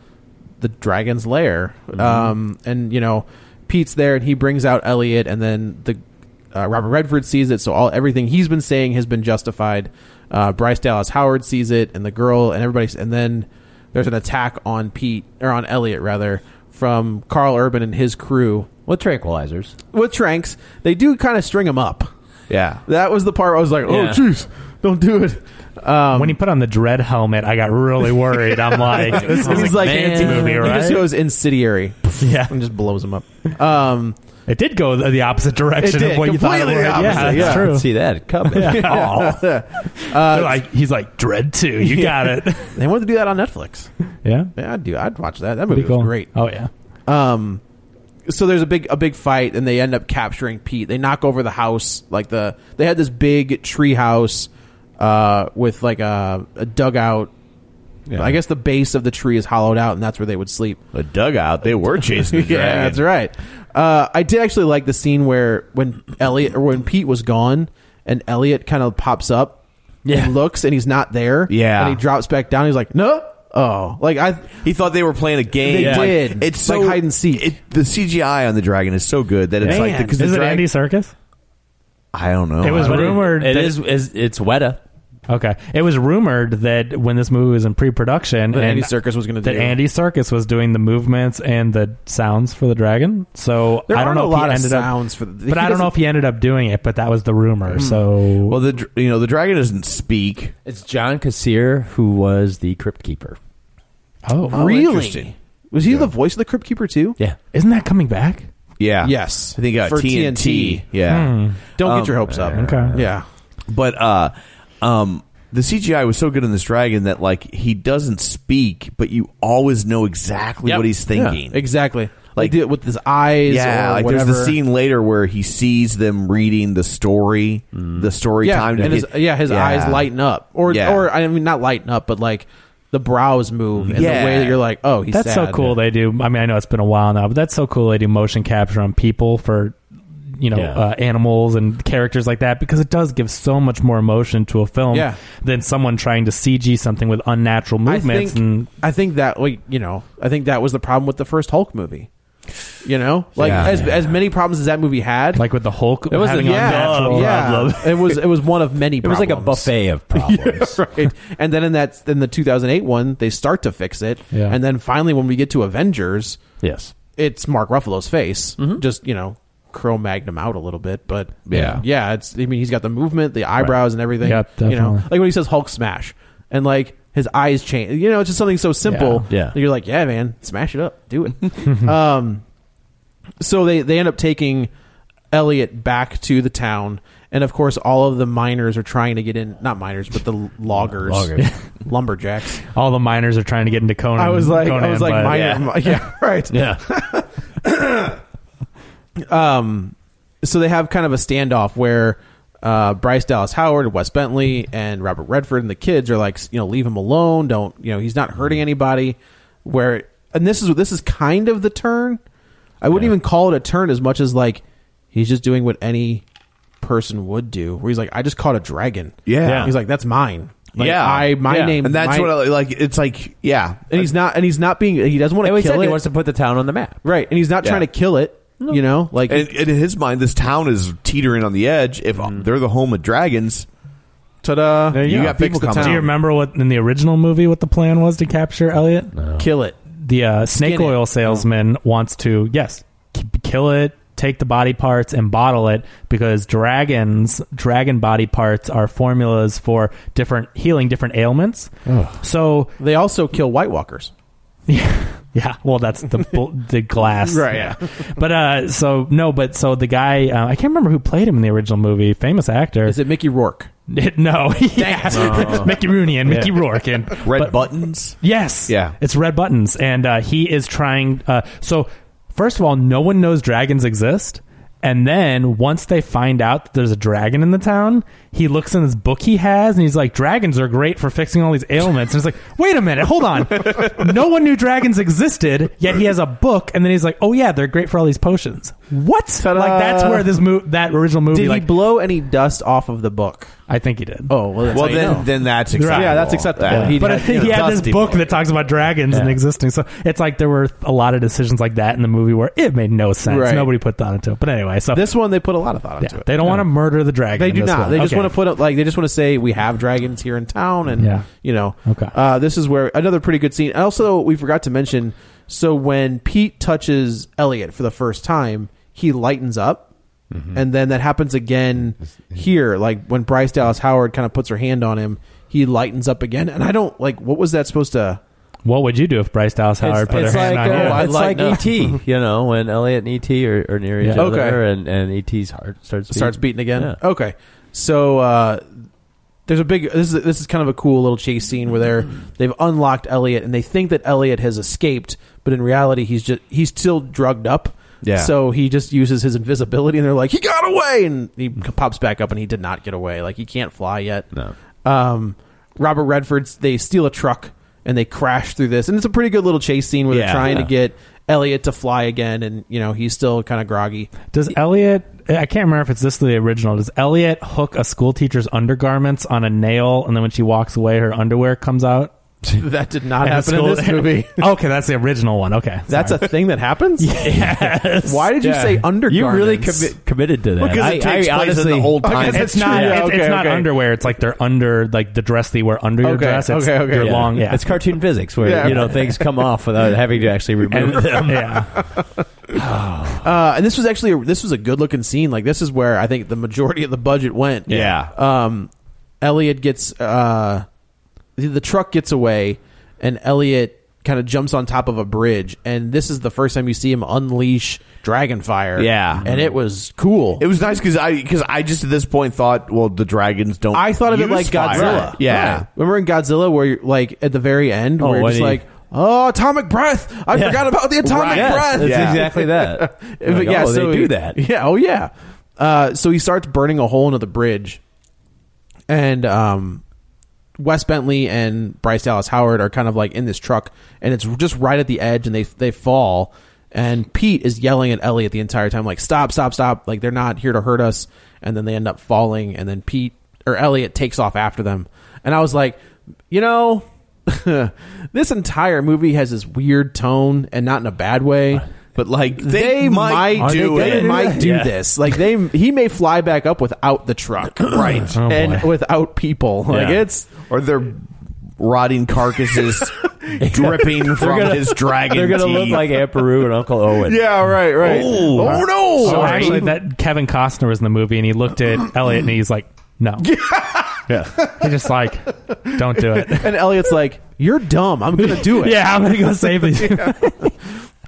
Speaker 3: the dragon's lair,
Speaker 2: Mm-hmm.
Speaker 3: um, and you know Pete's there, and he brings out Elliot, and then the uh, Robert Redford sees it. So all everything he's been saying has been justified. Uh, Bryce Dallas Howard sees it, and the girl, and everybody, and then there's an attack on Pete or on Elliot rather from Carl Urban and his crew
Speaker 4: with tranquilizers.
Speaker 3: With tranks, they do kind of string him up.
Speaker 1: Yeah.
Speaker 3: That was the part I was like, oh
Speaker 2: Yeah.
Speaker 3: jeez, don't do it. Um,
Speaker 2: when he put on the dread helmet, I got really worried. I'm like, this
Speaker 3: He's
Speaker 2: is like fancy movie, right?
Speaker 3: He just goes incendiary. Yeah, and just blows him up. Um,
Speaker 2: it did go the, the opposite direction
Speaker 3: did,
Speaker 2: of what you thought it would.
Speaker 3: completely the
Speaker 2: Yeah,
Speaker 3: opposite,
Speaker 2: that's
Speaker 3: yeah.
Speaker 2: true.
Speaker 4: See that coming.
Speaker 2: Yeah. They're like he's like dread too. You got it.
Speaker 3: they wanted to do that on Netflix.
Speaker 2: Yeah,
Speaker 3: yeah, I'd do. I'd watch that. That movie
Speaker 2: Be cool.
Speaker 3: was great.
Speaker 2: Oh yeah.
Speaker 3: Um, so there's a big a big fight, and they end up capturing Pete. They knock over the house, like the they had this big tree house, uh, with like a, a dugout.
Speaker 1: Yeah.
Speaker 3: I guess the base of the tree is hollowed out, and that's where they would sleep.
Speaker 1: a dugout. They were chasing. The
Speaker 3: yeah,
Speaker 1: dragon.
Speaker 3: that's right. Uh, I did actually like the scene where when Elliot or when Pete was gone and Elliot kind of pops up, yeah. and looks and he's not there.
Speaker 1: Yeah.
Speaker 3: and he drops back down. He's like, no, oh, like I.
Speaker 1: He thought they were playing a game.
Speaker 3: They
Speaker 1: Like,
Speaker 3: did.
Speaker 1: it's so,
Speaker 3: Like hide and seek.
Speaker 1: It, the CGI on the dragon is so good that it's
Speaker 2: Man,
Speaker 1: like because
Speaker 2: is
Speaker 1: the
Speaker 2: it
Speaker 1: dragon.
Speaker 2: Andy Circus?
Speaker 3: Oh,
Speaker 1: I don't know.
Speaker 2: It was
Speaker 1: I don't-
Speaker 2: rumored.
Speaker 4: It
Speaker 2: that-
Speaker 4: is, is. It's Weta.
Speaker 2: Okay, it was rumored that when this movie was in pre-production,
Speaker 3: That
Speaker 2: and
Speaker 3: Andy Serkis was gonna
Speaker 2: that
Speaker 3: do.
Speaker 2: Andy Circus was doing the movements and the sounds for the dragon. So
Speaker 3: There
Speaker 2: I
Speaker 3: aren't
Speaker 2: don't know
Speaker 3: a
Speaker 2: if
Speaker 3: lot
Speaker 2: he
Speaker 3: of
Speaker 2: ended
Speaker 3: sounds
Speaker 2: up,
Speaker 3: for the- he
Speaker 2: but I don't
Speaker 3: doesn't-
Speaker 2: know
Speaker 3: Hmm.
Speaker 2: if he ended up doing it. But that was the rumor. So
Speaker 1: well, the dr- you know the dragon doesn't speak.
Speaker 4: It's John Kassir who was the crypt keeper.
Speaker 2: Oh,
Speaker 3: really? Was he the voice of the Crypt Keeper too?
Speaker 4: Yeah.
Speaker 2: Isn't that coming back?
Speaker 1: Yeah.
Speaker 3: Yes.
Speaker 1: I think uh,
Speaker 3: For
Speaker 1: TNT.
Speaker 3: TNT.
Speaker 1: Yeah.
Speaker 3: Hmm. Don't get your hopes up. Okay.
Speaker 1: Yeah. But uh, um, the CGI was so good in this dragon that like he doesn't speak, but you always know exactly
Speaker 3: Yep.
Speaker 1: what he's thinking.
Speaker 3: Yeah, exactly.
Speaker 1: Like-
Speaker 3: Like with his eyes.
Speaker 1: Yeah,
Speaker 3: or
Speaker 1: like
Speaker 3: whatever.
Speaker 1: there's the scene later where he sees them reading the story, the story
Speaker 3: Mm-hmm. yeah,
Speaker 1: time. to
Speaker 3: and his,
Speaker 1: get-
Speaker 3: yeah, his eyes lighten up, or
Speaker 1: Yeah.
Speaker 3: or I mean, not lighten up, but like the brows move in
Speaker 2: Yeah.
Speaker 3: the way that you're like, oh, he's
Speaker 2: that's so
Speaker 3: sad.
Speaker 2: cool. They do. I mean, I know it's been a while now, but that's so cool. They do motion capture on people for you know
Speaker 3: Yeah.
Speaker 2: uh, animals and characters like that because it does give so much more emotion to a film
Speaker 3: Yeah.
Speaker 2: than someone trying to CG something with unnatural
Speaker 3: I
Speaker 2: movements.
Speaker 3: think
Speaker 2: and
Speaker 3: I think that like you know I think that was the problem with the first Hulk movie. You know, like
Speaker 2: Yeah.
Speaker 3: as as many problems as that movie had,
Speaker 2: like with the Hulk,
Speaker 3: it was
Speaker 2: having uh, unnatural-
Speaker 3: yeah, Oh,
Speaker 2: problem.
Speaker 3: yeah. it was it was one of many. It
Speaker 2: was like a
Speaker 3: buffet
Speaker 4: of problems,
Speaker 3: Yeah, right? And then in that in the 2008 one, they start to fix it,
Speaker 4: Yeah.
Speaker 3: and then finally when we get to Avengers,
Speaker 4: Yes.
Speaker 3: it's Mark Ruffalo's face,
Speaker 4: Mm-hmm.
Speaker 3: just you know, Cro Magnum out a little bit, but
Speaker 4: Yeah.
Speaker 3: yeah. It's I mean he's got the movement, the eyebrows, and everything.
Speaker 4: Yep,
Speaker 3: You know,
Speaker 4: definitely.
Speaker 3: like when he says Hulk smash, and like his eyes change. You know, it's just something so simple.
Speaker 4: Yeah. Yeah.
Speaker 3: that you're like, yeah, man, smash it up, do it. um, so they they end up taking Elliot back to the town. And of course, all of the miners are trying to get in. Not miners, but the loggers,
Speaker 2: Loggers.
Speaker 3: lumberjacks.
Speaker 2: all the miners are trying to get into Conan.
Speaker 3: I was like, I
Speaker 2: Conan,
Speaker 3: was like,
Speaker 2: but-
Speaker 3: minor, yeah. right, um, so they have kind of a standoff where uh, Bryce Dallas Howard, Wes Bentley, and Robert Redford and the kids are like, you know, leave him alone. Don't you know he's not hurting anybody. Where and this is this is kind of the turn. I wouldn't even call it a turn as much as like he's just doing what any person would do. Where he's like, I just caught a dragon.
Speaker 1: Yeah. Yeah.
Speaker 3: he's like, that's mine. Like,
Speaker 1: yeah,
Speaker 3: I my
Speaker 1: Yeah.
Speaker 3: name
Speaker 1: and that's
Speaker 3: my-
Speaker 1: what I, like. It's like yeah,
Speaker 3: and he's not and he's not being he doesn't want
Speaker 4: Oh,
Speaker 3: to
Speaker 4: he
Speaker 3: kill
Speaker 4: said
Speaker 3: it.
Speaker 4: he wants to put the town on the map.
Speaker 3: right, and he's not
Speaker 1: Yeah.
Speaker 3: trying to kill it. You know, like
Speaker 1: and, and in his mind, this town is teetering on the edge. If they're the home of dragons,
Speaker 3: ta-da!
Speaker 2: There
Speaker 1: you
Speaker 2: go.
Speaker 1: got people coming.
Speaker 2: Do you remember what in the original movie what the plan was to capture Elliot?
Speaker 3: Kill it.
Speaker 2: The uh, snake
Speaker 3: Skin it.
Speaker 2: oil salesman wants to yes, k- kill it, take the body parts and bottle it because dragons dragon body parts are formulas for different healing different ailments. So
Speaker 3: they also kill White Walkers.
Speaker 2: Yeah, well, that's the bu- the glass,
Speaker 3: Right, yeah.
Speaker 2: But uh, so no, but so the guy, uh, I can't remember who played him in the original movie. Famous actor. Is
Speaker 3: it Mickey Rourke?
Speaker 2: no, yeah. Mickey Rooney
Speaker 3: Oh.
Speaker 2: and Mickey Rourke and
Speaker 1: red
Speaker 2: but-
Speaker 1: buttons.
Speaker 2: Yes,
Speaker 1: Yeah.
Speaker 2: it's red buttons, and uh, he is trying. Uh, so first of all, no one knows dragons exist. And then once they find out that there's a dragon in the town, he looks in this book he has and he's like, Dragons are great for fixing all these ailments. And it's like, wait a minute, hold on. No one knew dragons existed, yet he has a book. And then he's like, oh yeah, they're great for all these potions. What? Like, that's where this mo- that original movie,
Speaker 3: Did he
Speaker 2: like,
Speaker 3: blow any dust off of the book?
Speaker 2: I think he did.
Speaker 3: Oh well, that's
Speaker 1: Well,
Speaker 3: how you
Speaker 1: then
Speaker 3: know.
Speaker 1: then that's
Speaker 2: Right.
Speaker 1: acceptable.
Speaker 2: Yeah, that's
Speaker 3: acceptable.
Speaker 1: Yeah.
Speaker 3: He
Speaker 2: but
Speaker 3: had, you know,
Speaker 2: he had this
Speaker 3: dusty
Speaker 2: book that talks about dragons and existing. So it's like there were a lot of decisions like that in the movie where it made no sense.
Speaker 3: Right.
Speaker 2: Nobody put thought into it. But anyway, so
Speaker 3: This one they put a lot of thought
Speaker 2: yeah,
Speaker 3: into it.
Speaker 2: they don't want to murder the dragon.
Speaker 3: They
Speaker 2: in
Speaker 3: do
Speaker 2: this
Speaker 3: not.
Speaker 2: one.
Speaker 3: They just
Speaker 2: Okay.
Speaker 3: want to put up like they just want to say we have dragons here in town, and
Speaker 2: Yeah.
Speaker 3: you know,
Speaker 2: Okay.
Speaker 3: Uh, this is where another pretty good scene. Also, we forgot to mention. So when Pete touches Elliot for the first time, he lightens up,
Speaker 2: Mm-hmm.
Speaker 3: and then that happens again here. Like when Bryce Dallas Howard kind of puts her hand on him, he lightens up again. And I don't like what was that supposed to?
Speaker 2: What would you do if Bryce Dallas Howard put
Speaker 4: it's
Speaker 2: her
Speaker 4: like,
Speaker 3: oh,
Speaker 2: hand on you?
Speaker 4: uh, it's like
Speaker 3: Lighten up.
Speaker 4: E.T., you know, when Elliot and E.T. are, are near each
Speaker 2: Yeah.
Speaker 4: other
Speaker 3: Okay.
Speaker 4: and, and E.T.'s heart starts beating.
Speaker 3: starts beating again.
Speaker 4: Yeah.
Speaker 3: Okay, so uh, there's a big. This is this is kind of a cool little chase scene where they're they've unlocked Elliot and they think that Elliot has escaped, but in reality he's just he's still drugged up.
Speaker 1: Yeah.
Speaker 3: So he just uses his invisibility, and they're like, "He got away!" And he pops back up, and he did not get away. Like he can't fly yet.
Speaker 4: No.
Speaker 3: Um, Robert Redford's. They steal a truck and they crash through this, and it's a pretty good little chase scene where
Speaker 4: Yeah.
Speaker 3: they're trying
Speaker 4: Yeah.
Speaker 3: to get Elliot to fly again, and you know he's still kind of groggy.
Speaker 2: Does Elliot? I can't remember if it's this or the original. Does Elliot hook a school teacher's undergarments on a nail, and then when she walks away, her underwear comes out?
Speaker 3: That did not
Speaker 2: At
Speaker 3: happen in
Speaker 2: school-
Speaker 3: this movie.
Speaker 2: okay, that's the original one. Okay,
Speaker 3: That's a thing that happens.
Speaker 2: Yes.
Speaker 3: Why did you
Speaker 2: Yeah.
Speaker 3: say undergarments?
Speaker 2: You really
Speaker 4: commi- committed to that.
Speaker 3: Because it
Speaker 4: I- I
Speaker 3: takes place in
Speaker 4: honestly-
Speaker 3: the old
Speaker 4: Okay,
Speaker 3: time.
Speaker 4: that's
Speaker 2: it's not.
Speaker 4: true.
Speaker 2: it's,
Speaker 4: Yeah,
Speaker 2: it's
Speaker 4: okay,
Speaker 2: not
Speaker 4: okay.
Speaker 2: underwear. It's like they're under, like the dress they wear under your
Speaker 4: Okay,
Speaker 2: dress. It's
Speaker 4: okay, okay.
Speaker 2: They're
Speaker 4: Yeah.
Speaker 2: long. Yeah,
Speaker 4: It's cartoon physics where
Speaker 2: Yeah.
Speaker 4: you know things come off without having to actually remove
Speaker 2: And-
Speaker 4: them.
Speaker 2: Yeah.
Speaker 3: Uh, and this was actually a, this was a good looking scene. Like this is where I think the majority of the budget went.
Speaker 4: Yeah.
Speaker 3: Um, Elliot gets uh, the, the truck gets away, and Elliot kind of jumps on top of a bridge. And this is the first time you see him unleash Dragonfire.
Speaker 1: Yeah.
Speaker 3: and it was cool.
Speaker 1: It was nice because I because I just at this point thought, well, the dragons don't.
Speaker 3: I thought of it
Speaker 1: use
Speaker 3: like
Speaker 1: fire.
Speaker 3: Godzilla.
Speaker 1: Yeah,
Speaker 3: Right. remember in Godzilla where you're, like at the very end
Speaker 1: Oh,
Speaker 3: where you're
Speaker 1: when
Speaker 3: just
Speaker 1: he-
Speaker 3: like. Oh, atomic breath! I
Speaker 1: Yeah.
Speaker 3: forgot about the atomic
Speaker 1: Right. Yes,
Speaker 3: breath.
Speaker 1: that's Yeah. exactly that.
Speaker 3: But
Speaker 4: Like,
Speaker 3: yeah,
Speaker 4: oh, they
Speaker 3: so
Speaker 4: do
Speaker 3: he-
Speaker 4: that.
Speaker 3: Yeah. Oh, yeah. Uh, so he starts burning a hole into the bridge, and um, Wes Bentley and Bryce Dallas Howard are kind of like in this truck, and it's just right at the edge, and they they fall. And Pete is yelling at Elliot the entire time, like "Stop! Stop! Stop!" Like they're not here to hurt us. And then they end up falling, and then Pete or Elliot takes off after them. And I was like, you know, this entire movie has this weird tone, and not in a bad way. But like they, might,
Speaker 1: might
Speaker 3: do
Speaker 1: do
Speaker 3: they
Speaker 1: it.
Speaker 3: might do
Speaker 1: Yeah.
Speaker 3: this. Like they he may fly back up without the truck, right?
Speaker 1: Oh,
Speaker 3: and
Speaker 1: boy.
Speaker 3: without people, like
Speaker 1: Yeah.
Speaker 3: it's
Speaker 1: or their rotting carcasses
Speaker 4: They're
Speaker 1: dripping from
Speaker 4: gonna-
Speaker 1: his dragon.
Speaker 4: They're gonna look
Speaker 1: teeth.
Speaker 4: like Aunt Peru and Uncle Owen.
Speaker 1: Yeah, right, right.
Speaker 4: Ooh.
Speaker 1: Oh, no!
Speaker 2: So
Speaker 1: Sorry.
Speaker 2: actually, that Kevin Costner was in the movie, and he looked at Elliot, and he's like, "No."
Speaker 4: yeah.
Speaker 2: He's just like, "Don't do it."
Speaker 3: and Elliot's like, "You're dumb. I'm gonna do it.
Speaker 2: Yeah, I'm gonna go save these.
Speaker 3: yeah.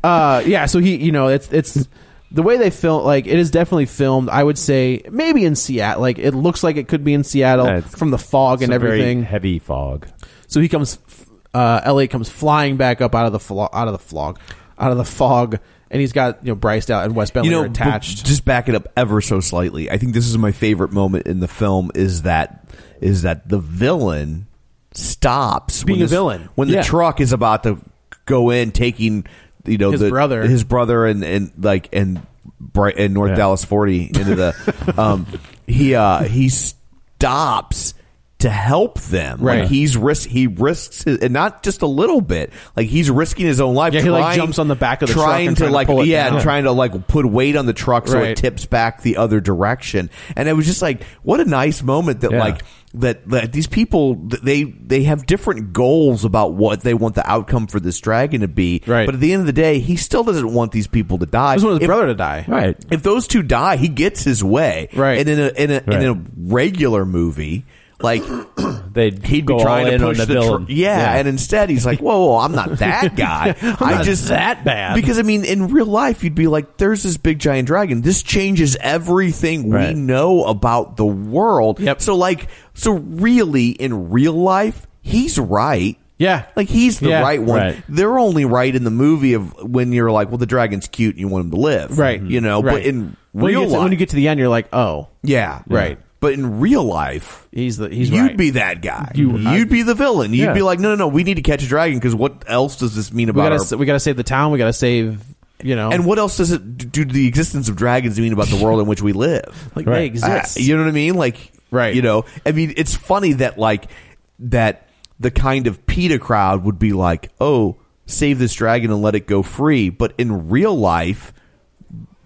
Speaker 3: Uh, yeah. So he, you know, it's it's the way they film. Like it is definitely filmed. I would say maybe in Seattle. Like it looks like it could be in Seattle
Speaker 4: Yeah, it's-
Speaker 3: from the fog and
Speaker 4: Some very
Speaker 3: everything.
Speaker 4: heavy fog.
Speaker 3: So he comes, uh, Elliot comes flying back up out of the flo- out of the fog, out of the fog, and he's got you know Bryce out and West Bentley
Speaker 1: you know,
Speaker 3: are attached.
Speaker 1: but just back it up ever so slightly. I think this is my favorite moment in the film is that is that the villain stops
Speaker 3: Being
Speaker 1: when
Speaker 3: a
Speaker 1: this-
Speaker 3: villain.
Speaker 1: when
Speaker 3: Yeah.
Speaker 1: the truck is about to go in, taking you know
Speaker 3: His
Speaker 1: the,
Speaker 3: brother.
Speaker 1: his brother, and and like and bright and North
Speaker 3: Yeah.
Speaker 1: Dallas forty into the um he uh he stops. To help them,
Speaker 3: Right.
Speaker 1: Like he's risk he risks his, and not just a little bit. Like he's risking his own life.
Speaker 3: Yeah, he, like,
Speaker 1: trying-
Speaker 3: jumps on the back of the truck
Speaker 1: trying
Speaker 3: and
Speaker 1: to
Speaker 3: trying to
Speaker 1: like
Speaker 3: pull it
Speaker 1: yeah,
Speaker 3: down.
Speaker 1: trying to like put weight on the truck so
Speaker 3: Right.
Speaker 1: it tips back the other direction. And it was just like, what a nice moment that
Speaker 4: Yeah.
Speaker 1: like that, that these people th- they they have different goals about what they want the outcome for this dragon to be. Right. But at the end of the day, he still doesn't want these people to die. He
Speaker 3: doesn't want his brother to die.
Speaker 4: Right.
Speaker 1: If those two die, he gets his way. Right. And in a in a in a regular movie. Like
Speaker 4: They
Speaker 1: he'd
Speaker 4: go
Speaker 1: be
Speaker 4: all
Speaker 1: trying to
Speaker 4: in on
Speaker 1: push
Speaker 4: the
Speaker 1: tr-
Speaker 4: villain.
Speaker 1: yeah,
Speaker 4: Yeah.
Speaker 1: and instead he's like, "Whoa, whoa I'm not that guy.
Speaker 4: I'm
Speaker 1: I
Speaker 4: not
Speaker 1: just
Speaker 4: that bad."
Speaker 1: Because I mean, in real life, you'd be like, "There's this big giant dragon. This changes everything
Speaker 4: Right.
Speaker 1: we know about the world." Yep. So like, so really, in real life, he's right.
Speaker 3: Yeah.
Speaker 1: like he's the
Speaker 3: Yeah.
Speaker 1: right one.
Speaker 3: Right.
Speaker 1: They're only right in the movie of when you're like, "Well, the dragon's cute and you want him to live,"
Speaker 3: right.
Speaker 1: You know,
Speaker 3: Right.
Speaker 1: but in
Speaker 3: when
Speaker 1: real
Speaker 3: you get to,
Speaker 1: life,
Speaker 3: when you get to the end, you're like, oh,
Speaker 1: yeah,
Speaker 3: Right.
Speaker 1: But in real life,
Speaker 3: he's the he's
Speaker 1: you'd
Speaker 3: right.
Speaker 1: be that guy.
Speaker 3: You-
Speaker 1: You, would be the villain. You'd
Speaker 3: Yeah.
Speaker 1: be like, no, no, no. We need to catch a dragon because what else does this mean
Speaker 3: we
Speaker 1: about
Speaker 3: gotta
Speaker 1: our?
Speaker 3: s- we gotta save the town. We gotta save you know
Speaker 1: and what else does it do? The existence of dragons mean about the world in which we live?
Speaker 3: Like, they Right. exist.
Speaker 1: Uh, you know what I mean? Like,
Speaker 3: Right.
Speaker 1: You know, I mean, it's funny that like that the kind of PETA crowd would be like, oh, save this dragon and let it go free. But in real life,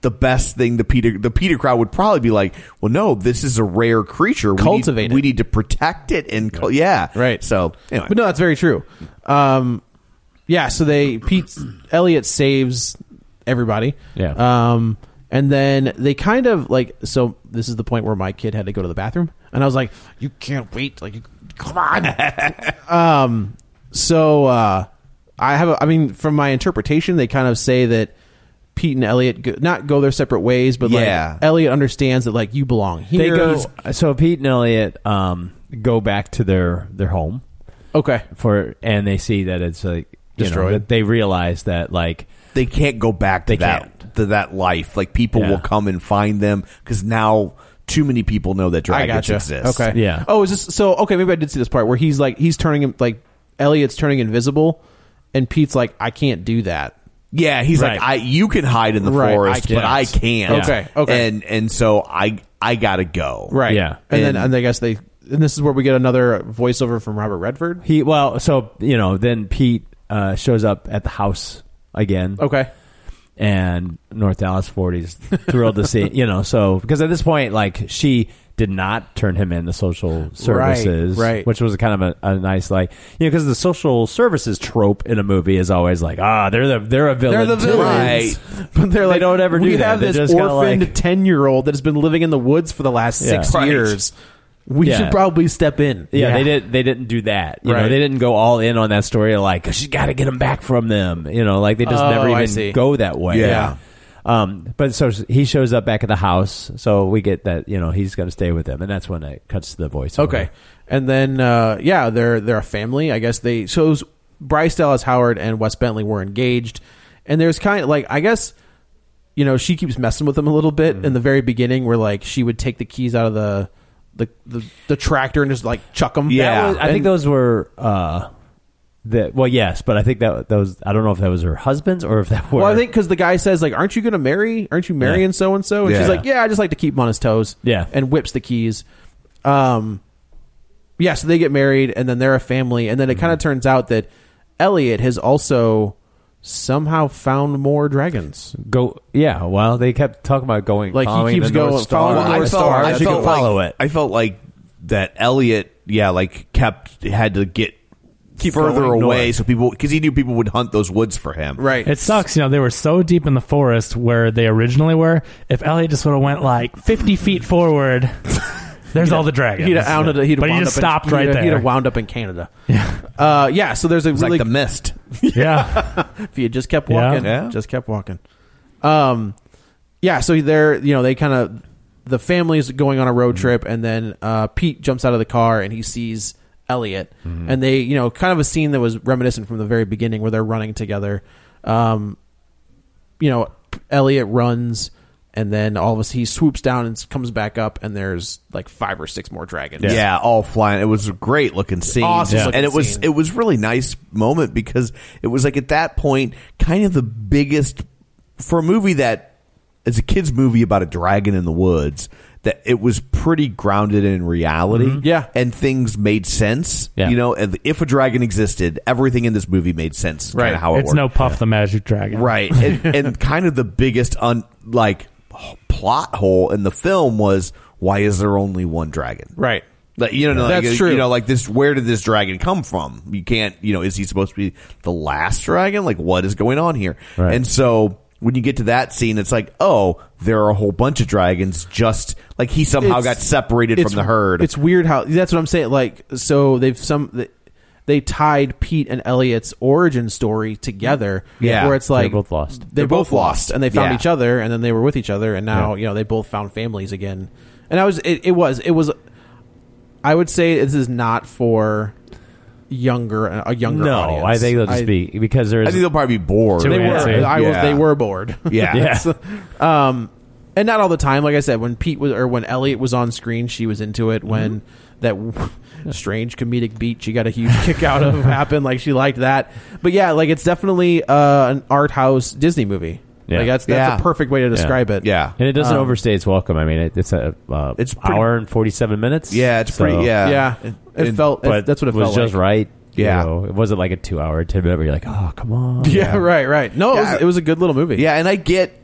Speaker 1: the best thing the Peter the Peter crowd would probably be like, well, no, this is a rare creature. We need-
Speaker 3: Cultivate it.
Speaker 1: we need to protect it and cul- yeah,
Speaker 3: Right.
Speaker 1: So anyway.
Speaker 3: But no, that's very true. Um, yeah. So they Pete Elliot saves everybody.
Speaker 4: Yeah.
Speaker 3: Um, and then they kind of like so. This is the point where my kid had to go to the bathroom, and I was like, "You can't wait! Like, you, come on!" um. So uh, I have. A, I mean, from my interpretation, they kind of say that. Pete and Elliot go, not go their separate ways, but
Speaker 1: Yeah.
Speaker 3: like Elliot understands that like you belong here.
Speaker 4: They go
Speaker 3: He's-
Speaker 4: so Pete and Elliot um, go back to their their home
Speaker 3: okay,
Speaker 4: for and they see that it's like you know,
Speaker 3: Destroyed.
Speaker 4: that they realize that like
Speaker 1: they can't go back to
Speaker 4: They
Speaker 1: that to that life. Like people
Speaker 4: Yeah.
Speaker 1: will come and find them because now too many people know that
Speaker 3: I
Speaker 1: dragons
Speaker 3: gotcha.
Speaker 1: exist.
Speaker 3: Okay.
Speaker 4: Yeah.
Speaker 3: Oh, is this so? Okay, maybe I did see this part where he's like he's turning him like Elliot's turning invisible, and Pete's like I can't do that.
Speaker 1: Yeah, he's
Speaker 4: Right.
Speaker 1: like, I you can hide in the
Speaker 3: Right, I
Speaker 1: forest, but
Speaker 4: can't.
Speaker 1: I can't.
Speaker 3: Okay, okay.
Speaker 1: And and so I I gotta go.
Speaker 3: Right.
Speaker 4: Yeah.
Speaker 3: And, then
Speaker 1: And-
Speaker 3: and I guess they and this is where we get another voiceover from Robert Redford.
Speaker 4: He well, so you know, then Pete uh, shows up at the house again.
Speaker 3: Okay.
Speaker 4: And North Dallas 40s thrilled to see, you know, so because at this point, like she did not turn him in to social services,
Speaker 3: right.
Speaker 4: Which was kind of a, a nice, like, you know, because the social services trope in a movie is always like, ah, they're the they're a villain,
Speaker 3: They're the
Speaker 4: too.
Speaker 3: villains.
Speaker 4: right? But they're like, don't ever do
Speaker 3: we
Speaker 4: that.
Speaker 3: have
Speaker 4: They
Speaker 3: this
Speaker 4: just kinda like-
Speaker 3: orphaned ten year old that has been living in the woods for the last
Speaker 4: Yeah.
Speaker 3: six
Speaker 4: Right.
Speaker 3: years. We
Speaker 4: Yeah.
Speaker 3: should probably step in.
Speaker 4: Yeah, they did. They didn't do that. You know,
Speaker 3: Right.
Speaker 4: they didn't go all in on that story. Like she got to get him back from them. You know, like they just
Speaker 3: Oh,
Speaker 4: never
Speaker 3: I
Speaker 4: even
Speaker 3: see.
Speaker 4: go that way.
Speaker 3: Yeah.
Speaker 4: Um, but so he shows up back at the house, so we get that you know he's going to stay with them, and that's when it cuts to the voice.
Speaker 3: Okay, and then uh, yeah, they're they're a family. I guess they so it was Bryce Dallas Howard and Wes Bentley were engaged, and there's kind of like I guess you know she keeps messing with them a little bit in the very beginning, where like she would take the keys out of the the the, the tractor and just like chuck them.
Speaker 4: Yeah, I think those were. Uh, the, well, yes, but I think that those. I don't know if that was her husband's or if that were.
Speaker 3: Well, I think because the guy says like, "Aren't you going to marry? Aren't you marrying so and so?" And
Speaker 4: Yeah.
Speaker 3: she's like, "Yeah, I just like to keep him on his toes."
Speaker 4: Yeah.
Speaker 3: and whips the keys. Um, yeah. So they get married, and then they're a family, and then it kind of turns out that Elliot has also somehow found more dragons.
Speaker 4: go. Yeah, well, they kept talking about going.
Speaker 3: Like, he
Speaker 4: following
Speaker 3: keeps
Speaker 4: the North
Speaker 3: going-
Speaker 4: Star.
Speaker 3: following the
Speaker 1: I
Speaker 3: North
Speaker 1: felt,
Speaker 3: Star,
Speaker 1: I
Speaker 3: that she
Speaker 1: felt
Speaker 3: could follow
Speaker 1: like,
Speaker 4: it.
Speaker 1: I felt like that Elliot, yeah, like kept had to get
Speaker 4: Keep
Speaker 1: further
Speaker 4: going
Speaker 1: away
Speaker 4: north.
Speaker 1: so people because he knew people would hunt those woods for him.
Speaker 3: Right.
Speaker 2: It sucks, you know. They were so deep in the forest where they originally were. If Elliot just would have went like fifty feet forward, there's all the dragons.
Speaker 3: He'd have wound up. He'd have
Speaker 2: but he
Speaker 3: wound
Speaker 2: just
Speaker 3: up in-
Speaker 2: stopped
Speaker 3: he'd
Speaker 2: right
Speaker 3: have- He'd
Speaker 2: there.
Speaker 3: have wound up in Canada. Yeah. Uh, yeah. So there's a
Speaker 1: It's
Speaker 3: really
Speaker 1: like the mist.
Speaker 2: yeah,
Speaker 3: if you just kept
Speaker 2: Yeah.
Speaker 3: walking,
Speaker 1: Yeah.
Speaker 3: just kept walking. Um, yeah. So they're you know they kind of the family's going on a
Speaker 1: Mm-hmm.
Speaker 3: road trip, and then uh, Pete jumps out of the car and he sees Elliot,
Speaker 1: Mm-hmm.
Speaker 3: and they you know kind of a scene that was reminiscent from the very beginning where they're running together. Um, you know, Elliot runs. And then all of us, he swoops down and comes back up, and there's like five or six more dragons.
Speaker 1: Yeah. all flying. It was a great looking scene,
Speaker 3: Awesome Yeah. looking
Speaker 1: and it was
Speaker 3: scene.
Speaker 1: it was really nice moment because it was like at that point, kind of the biggest for a movie that is a kids movie about a dragon in the woods. That it was pretty grounded in reality,
Speaker 3: Yeah.
Speaker 1: and things made sense.
Speaker 4: Yeah.
Speaker 1: You know, and if a dragon existed, everything in this movie made sense. is Kind of how it
Speaker 2: it's
Speaker 1: worked.
Speaker 2: no Puff the Magic Dragon,
Speaker 1: right and, and kind of the biggest un like h- plot hole in the film was why is there only one dragon
Speaker 3: Right.
Speaker 1: like you know like,
Speaker 3: That's
Speaker 1: you,
Speaker 3: true.
Speaker 1: know like this where did this dragon come from you can't you know is he supposed to be the last dragon like what is going on here
Speaker 4: Right.
Speaker 1: and so when you get to that scene it's like oh there are a whole bunch of dragons just like he somehow
Speaker 3: It's-
Speaker 1: got separated from
Speaker 3: it's-
Speaker 1: the herd
Speaker 3: It's weird how that's what I'm saying. Like, so they've some they tied Pete and Elliot's origin story together.
Speaker 1: Yeah.
Speaker 3: where it's
Speaker 4: They're
Speaker 3: like
Speaker 4: both lost.
Speaker 3: They
Speaker 1: They're
Speaker 3: both
Speaker 1: both lost.
Speaker 3: lost, and they found
Speaker 1: Yeah.
Speaker 3: each other, and then they were with each other, and now
Speaker 4: Yeah.
Speaker 3: you know they both found families again. And I was it, it was it was. I would say this is not for younger a younger
Speaker 4: No,
Speaker 3: audience.
Speaker 4: I think they'll just
Speaker 3: I-
Speaker 4: be because there's
Speaker 1: i think they'll probably be bored
Speaker 2: Too
Speaker 3: they were.
Speaker 2: antsy.
Speaker 3: I was.
Speaker 1: Yeah.
Speaker 3: They were bored.
Speaker 1: yeah,
Speaker 4: Yeah.
Speaker 3: um, and not all the time. Like I said, when Pete was or when Elliot was on screen, she was into it. When that w- strange comedic beat she got a huge kick out of happened, like she liked that. But yeah, like it's definitely uh, an art house Disney movie.
Speaker 4: Yeah.
Speaker 3: Like that's that's
Speaker 1: Yeah.
Speaker 3: a perfect way to describe it.
Speaker 1: yeah
Speaker 4: And it
Speaker 3: Oh.
Speaker 4: doesn't overstay its welcome. I mean, it, it's a uh,
Speaker 1: It's
Speaker 4: it's
Speaker 1: pretty-
Speaker 4: hour and forty seven minutes.
Speaker 1: yeah it's
Speaker 4: So-
Speaker 1: pretty yeah
Speaker 3: yeah. It,
Speaker 1: And-
Speaker 3: felt
Speaker 4: but
Speaker 3: that's what it
Speaker 4: was
Speaker 3: felt
Speaker 4: just
Speaker 3: like.
Speaker 4: right. you
Speaker 1: Yeah.
Speaker 4: know? it wasn't like a two hour tidbit where you're like, oh, come on.
Speaker 3: Yeah, right, right. No, it,
Speaker 1: Yeah.
Speaker 3: was, it was a good little movie.
Speaker 1: Yeah, and I get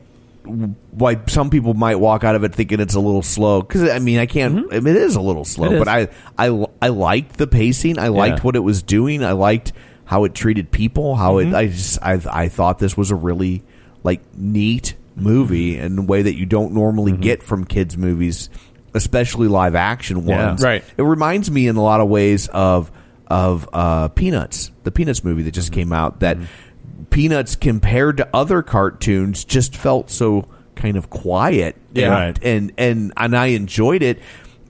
Speaker 1: why some people might walk out of it thinking it's a little slow because I mean I can't. I mean, it is a little slow,
Speaker 4: Mm-hmm. It is.
Speaker 1: but I I l- I liked the pacing. I liked
Speaker 4: Yeah.
Speaker 1: what it was doing. I liked how it treated people. How
Speaker 4: Mm-hmm.
Speaker 1: it I just I I thought this was a really like neat movie
Speaker 4: Mm-hmm.
Speaker 1: in a way that you don't normally get from kids movies, especially live action
Speaker 4: Yeah.
Speaker 1: ones.
Speaker 3: Right.
Speaker 1: It reminds me in a lot of ways of of uh, Peanuts, the Peanuts movie that just came out. That Peanuts compared to other cartoons just felt so kind of quiet.
Speaker 4: Yeah.
Speaker 1: and, and and and I enjoyed it.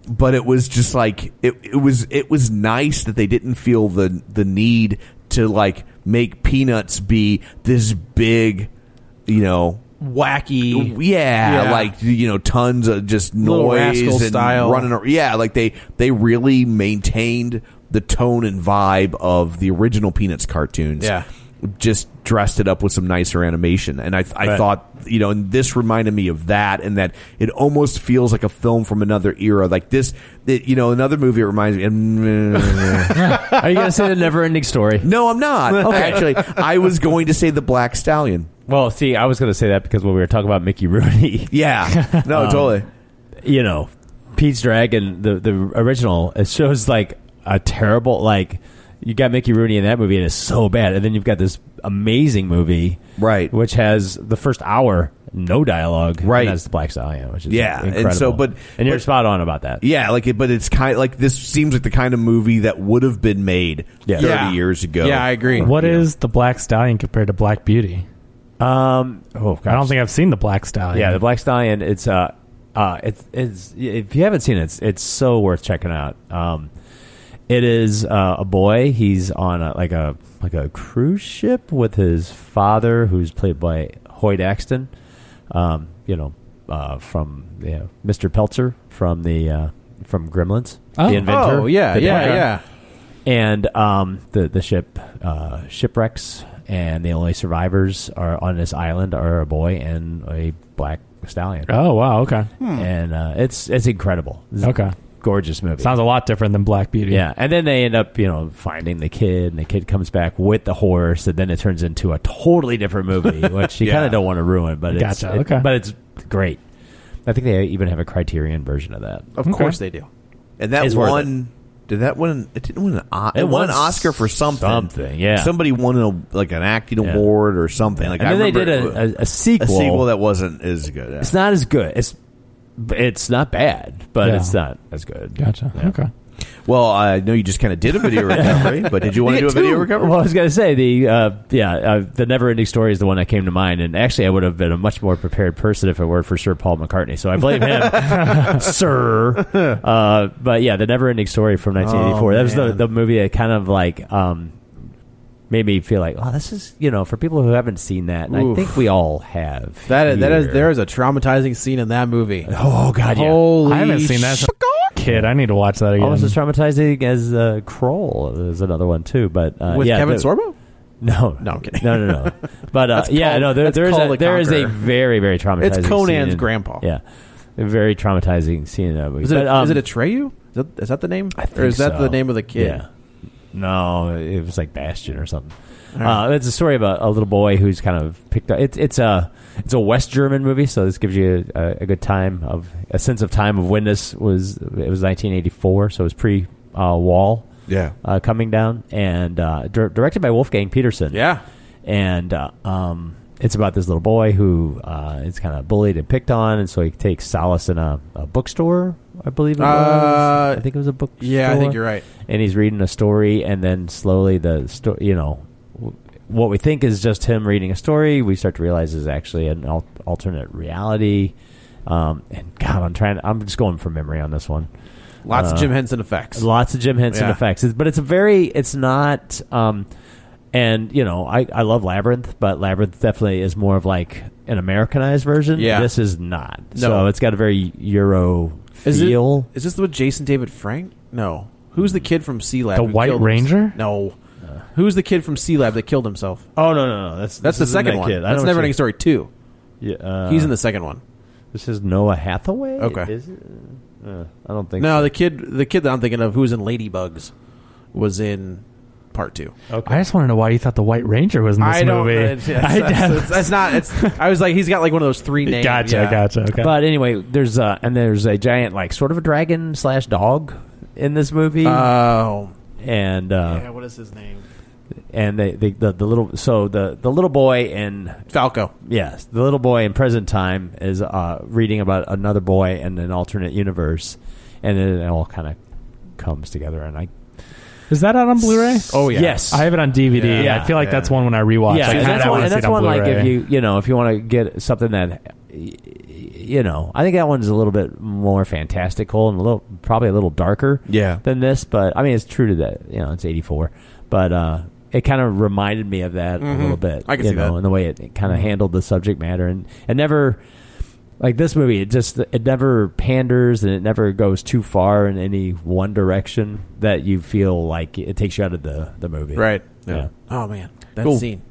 Speaker 1: But it was just like it, it was. It was nice that they didn't feel the the need to like make peanuts be this big, you know,
Speaker 3: Wacky.
Speaker 1: Mm. yeah,
Speaker 3: Yeah.
Speaker 1: like you know, tons of just
Speaker 3: Little
Speaker 1: noise
Speaker 3: Rascal
Speaker 1: and
Speaker 3: style.
Speaker 1: running. ar- Yeah, like they they really maintained the tone and vibe of the original Peanuts cartoons.
Speaker 3: Yeah.
Speaker 1: just dressed it up with some nicer animation. And I, I
Speaker 4: Right.
Speaker 1: thought, you know, and this reminded me of that, and that it almost feels like a film from another era. Like this, it, you know, another movie it reminds me.
Speaker 4: Are you going to say the never ending story?
Speaker 1: No, I'm not. Actually, I was going to say the Black Stallion.
Speaker 4: Well, see, I was going to say that because when we were talking about Mickey Rooney.
Speaker 1: Yeah. No,
Speaker 4: Um,
Speaker 1: totally.
Speaker 4: You know, Pete's Dragon, the, the original, it shows like a terrible, like, you got Mickey Rooney in that movie and it's so bad. And then you've got this amazing movie.
Speaker 1: Right.
Speaker 4: Which has the first hour, no dialogue.
Speaker 1: Right.
Speaker 4: And that's the Black Stallion, which is
Speaker 1: Yeah, and
Speaker 4: incredible.
Speaker 1: so, but-
Speaker 4: and you're
Speaker 1: but-
Speaker 4: spot on about that.
Speaker 1: Yeah, like it, but it's kind like this seems like the kind of movie that would have been made thirty
Speaker 3: Yeah.
Speaker 1: years ago.
Speaker 2: What is the Black Stallion compared to Black Beauty?
Speaker 4: Um, oh,
Speaker 2: I don't think I've seen the Black Stallion.
Speaker 4: Yeah, the Black Stallion. It's uh, uh, it's it's if you haven't seen it, it's, it's so worth checking out. Um, it is uh, a boy. He's on a, like a like a cruise ship with his father, who's played by Hoyt Axton. Um, you know, uh, from you know, Mr. Peltzer from the uh, from Gremlins,
Speaker 3: Oh.
Speaker 4: the inventor.
Speaker 3: Oh, yeah,
Speaker 4: the
Speaker 3: yeah,
Speaker 4: black guy.
Speaker 3: yeah.
Speaker 4: And um, the the ship uh, shipwrecks, and the only survivors are on this island are a boy and a black stallion.
Speaker 2: Oh wow, okay.
Speaker 1: Hmm.
Speaker 4: And uh, it's it's incredible. It's a
Speaker 2: Okay.
Speaker 4: gorgeous movie.
Speaker 2: Sounds a lot different than Black Beauty.
Speaker 4: yeah, and then they end up, you know, finding the kid, and the kid comes back with the horse, and then it turns into a totally different movie, which you
Speaker 2: Yeah.
Speaker 4: kind of don't want to ruin, but it's
Speaker 2: Gotcha,
Speaker 4: it-
Speaker 2: okay.
Speaker 4: but it's great. I think they even have a Criterion version of that.
Speaker 1: Oh,
Speaker 3: Of course they do.
Speaker 1: And that
Speaker 4: It's worth
Speaker 1: one did that one it didn't win an O-
Speaker 4: It
Speaker 1: it, won
Speaker 4: won
Speaker 1: an Oscar for something.
Speaker 4: something, yeah.
Speaker 1: Somebody won a, like an acting
Speaker 4: Yeah.
Speaker 1: award or something. Like
Speaker 4: And
Speaker 1: I
Speaker 4: then they
Speaker 1: remember
Speaker 4: did a-
Speaker 1: it-
Speaker 4: a- a sequel.
Speaker 1: A sequel that wasn't as good.
Speaker 4: It's not as good. It's it's not bad, but
Speaker 1: Yeah.
Speaker 4: it's not as good.
Speaker 2: Gotcha. Okay.
Speaker 1: Well, I know you just kind of did a video recovery, but did you want to do a video recovery?
Speaker 4: Well, I was going to say the uh, yeah uh, the never ending story is the one that came to mind, and actually I would have been a much more prepared person if it weren't for Sir Paul McCartney. So I blame him, Sir. Uh, but yeah, the never ending story from 1984.
Speaker 3: Oh,
Speaker 4: that was the
Speaker 3: man.
Speaker 4: the movie that kind of like. Um, Made me feel like, oh, this is you know, for people who haven't seen that, and I
Speaker 3: Oof.
Speaker 4: think we all have.
Speaker 3: That that is
Speaker 4: here.
Speaker 3: there is a traumatizing scene in that movie.
Speaker 4: Oh God, yeah.
Speaker 3: Holy
Speaker 2: I haven't seen that since kid. I need to watch that again.
Speaker 4: Almost as traumatizing as uh, Kroll is another one too, but uh,
Speaker 3: With
Speaker 4: yeah,
Speaker 3: Kevin
Speaker 4: the-
Speaker 3: Sorbo?
Speaker 4: No, no,
Speaker 3: I'm kidding.
Speaker 4: no, no, no. But uh,
Speaker 3: That's
Speaker 4: yeah,
Speaker 3: Call-
Speaker 4: no, there,
Speaker 3: that's
Speaker 4: there is
Speaker 3: Call
Speaker 4: a,
Speaker 3: the
Speaker 4: there is a
Speaker 3: Conqueror.
Speaker 4: very very traumatizing.
Speaker 3: It's Conan's
Speaker 4: scene in-
Speaker 3: grandpa.
Speaker 4: Yeah, a very traumatizing scene in that movie.
Speaker 3: Is it,
Speaker 4: But, um,
Speaker 3: is it Atreyu? Is that, is that the name?
Speaker 4: I think
Speaker 3: or is that
Speaker 4: so.
Speaker 3: the name of the kid?
Speaker 4: Yeah. No, it was like Bastion or something.
Speaker 3: All
Speaker 4: Uh, it's a story about a little boy who's kind of picked up. It's it's a it's a West German movie, so this gives you a, a good time of a sense of time of when this was. It was 1984, so it was pre uh, Wall.
Speaker 1: Yeah.
Speaker 4: uh, coming down and uh, dir- directed by Wolfgang Peterson.
Speaker 3: Yeah,
Speaker 4: and uh, um, it's about this little boy who uh, is kind of bullied and picked on, and so he takes solace in a, a bookstore, I believe it was.
Speaker 3: Uh,
Speaker 4: I think it was a book.
Speaker 3: yeah, I think you're right.
Speaker 4: And he's reading a story, and then slowly the story, you know, w- what we think is just him reading a story, we start to realize is actually an al- alternate reality. Um, and God, I'm trying. I'm just going from memory on this one.
Speaker 3: Lots of
Speaker 4: Uh,
Speaker 3: Jim Henson effects.
Speaker 4: Lots of Jim Henson
Speaker 3: Yeah.
Speaker 4: effects. It's- but it's a very, it's not, um, and, you know, I, I love Labyrinth, but Labyrinth definitely is more of like an Americanized version.
Speaker 3: Yeah.
Speaker 4: This is not.
Speaker 3: No.
Speaker 4: So it's got a very Euro
Speaker 3: Is it?
Speaker 4: feel.
Speaker 3: Is this with Jason David Frank? No. Who's the kid from Sea Lab?
Speaker 2: The
Speaker 3: who
Speaker 2: White
Speaker 3: killed him-
Speaker 2: Ranger?
Speaker 3: No. Who's the kid from Sea Lab that killed himself?
Speaker 4: oh, no, no, no. That's,
Speaker 3: That's
Speaker 4: this
Speaker 3: the
Speaker 4: isn't
Speaker 3: second
Speaker 4: that
Speaker 3: one.
Speaker 4: kid. I
Speaker 3: That's
Speaker 4: know what
Speaker 3: Never Ending
Speaker 4: you-
Speaker 3: Story two.
Speaker 4: Yeah, uh,
Speaker 3: He's in the second one.
Speaker 4: This is Noah Hathaway?
Speaker 3: Okay.
Speaker 4: Is it? Uh, I don't think
Speaker 3: No,
Speaker 4: so.
Speaker 3: the kid, the kid that I'm thinking of, who's in Ladybugs, was in part two.
Speaker 2: I just want to know why you thought the White Ranger was in this
Speaker 3: I don't.
Speaker 2: movie.
Speaker 3: It's, it's-
Speaker 2: I
Speaker 3: it's-
Speaker 2: def-
Speaker 3: it's- it's not. It's. I was like, he's got like one of those three names.
Speaker 2: Gotcha,
Speaker 3: yeah.
Speaker 2: gotcha. Okay.
Speaker 4: But anyway, there's a, and there's a giant, like, sort of a dragon slash dog in this movie.
Speaker 3: Oh,
Speaker 4: and, uh,
Speaker 3: yeah. What is his name?
Speaker 4: and they, they the, the little so the the little boy in
Speaker 3: Falco.
Speaker 4: yes the little boy in present time is uh, reading about another boy in an alternate universe and then it all kind of comes together and I
Speaker 2: is that out on Blu-ray?
Speaker 3: Oh yeah.
Speaker 4: yes
Speaker 2: I have it on DVD. and
Speaker 4: Yeah.
Speaker 2: I feel like
Speaker 3: Yeah.
Speaker 2: that's one when I rewatch.
Speaker 4: yeah
Speaker 2: I
Speaker 4: and
Speaker 2: kinda
Speaker 4: that's
Speaker 2: wanna
Speaker 4: one, and
Speaker 2: see it
Speaker 4: that's
Speaker 2: on
Speaker 4: one like if
Speaker 2: Blu-ray.
Speaker 4: you you know if you want to get something that y- you know I think that one's a little bit more fantastical and a little probably a little darker
Speaker 1: Yeah.
Speaker 4: than this but I mean it's true to that you know it's 84 but uh it kind of reminded me of that a little bit
Speaker 3: Mm-hmm. I can
Speaker 4: you
Speaker 3: see
Speaker 4: know
Speaker 3: that. Mm-hmm.
Speaker 4: and the way it, it kind of handled the subject matter and it never like this movie it just it never panders and it never goes too far in any one direction that you feel like it takes you out of the the movie
Speaker 3: Right.
Speaker 4: yeah.
Speaker 3: Oh man. That
Speaker 4: Go-
Speaker 3: scene.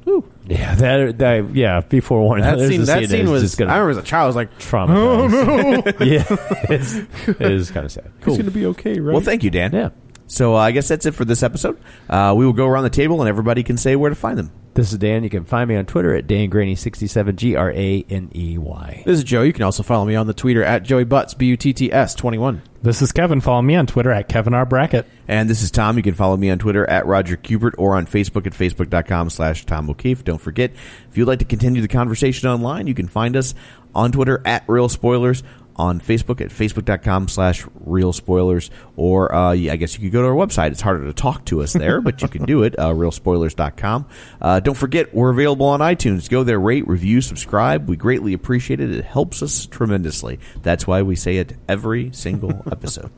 Speaker 4: Yeah, that, that yeah. Before one,
Speaker 3: That
Speaker 4: there's
Speaker 3: scene-
Speaker 4: a
Speaker 3: that scene
Speaker 4: is
Speaker 3: was-
Speaker 4: Just gonna
Speaker 3: I remember as a child, I was like,
Speaker 4: trauma.
Speaker 3: "Oh, no."
Speaker 4: yeah, it's, it is kind of sad.
Speaker 3: He's gonna be okay, right?
Speaker 1: Well, thank you, Dan.
Speaker 4: Yeah.
Speaker 1: So uh, I guess that's it for this episode. Uh, we will go around the table and everybody can say where to find them.
Speaker 4: This is Dan. You can find me on Twitter at dangraney67. G R A N E Y.
Speaker 3: This is Joe. You can also follow me on the Twitter at Joey Butts B U T T S twenty one.
Speaker 2: This is Kevin. Follow me on Twitter at Kevin R. Brackett.
Speaker 1: And this is Tom. You can follow me on Twitter at Roger Kubert or on Facebook at facebook.com slash Tom O'Keefe. Don't forget, if you'd like to continue the conversation online, you can find us on Twitter at Real Spoilers, on Facebook at facebook.com slash Real Spoilers, or uh, yeah, I guess you could go to our website. It's harder to talk to us there, but you can do it, uh, realspoilers.com. Uh, don't forget, we're available on iTunes. Go there, rate, review, subscribe. We greatly appreciate it. It helps us tremendously. That's why we say it every single episode.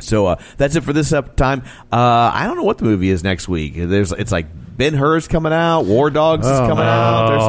Speaker 1: So uh, that's it for this up time. Uh, I don't know what the movie is next week. There's it's like Ben Hur's coming out, War Dogs
Speaker 2: Oh,
Speaker 1: is coming out. There's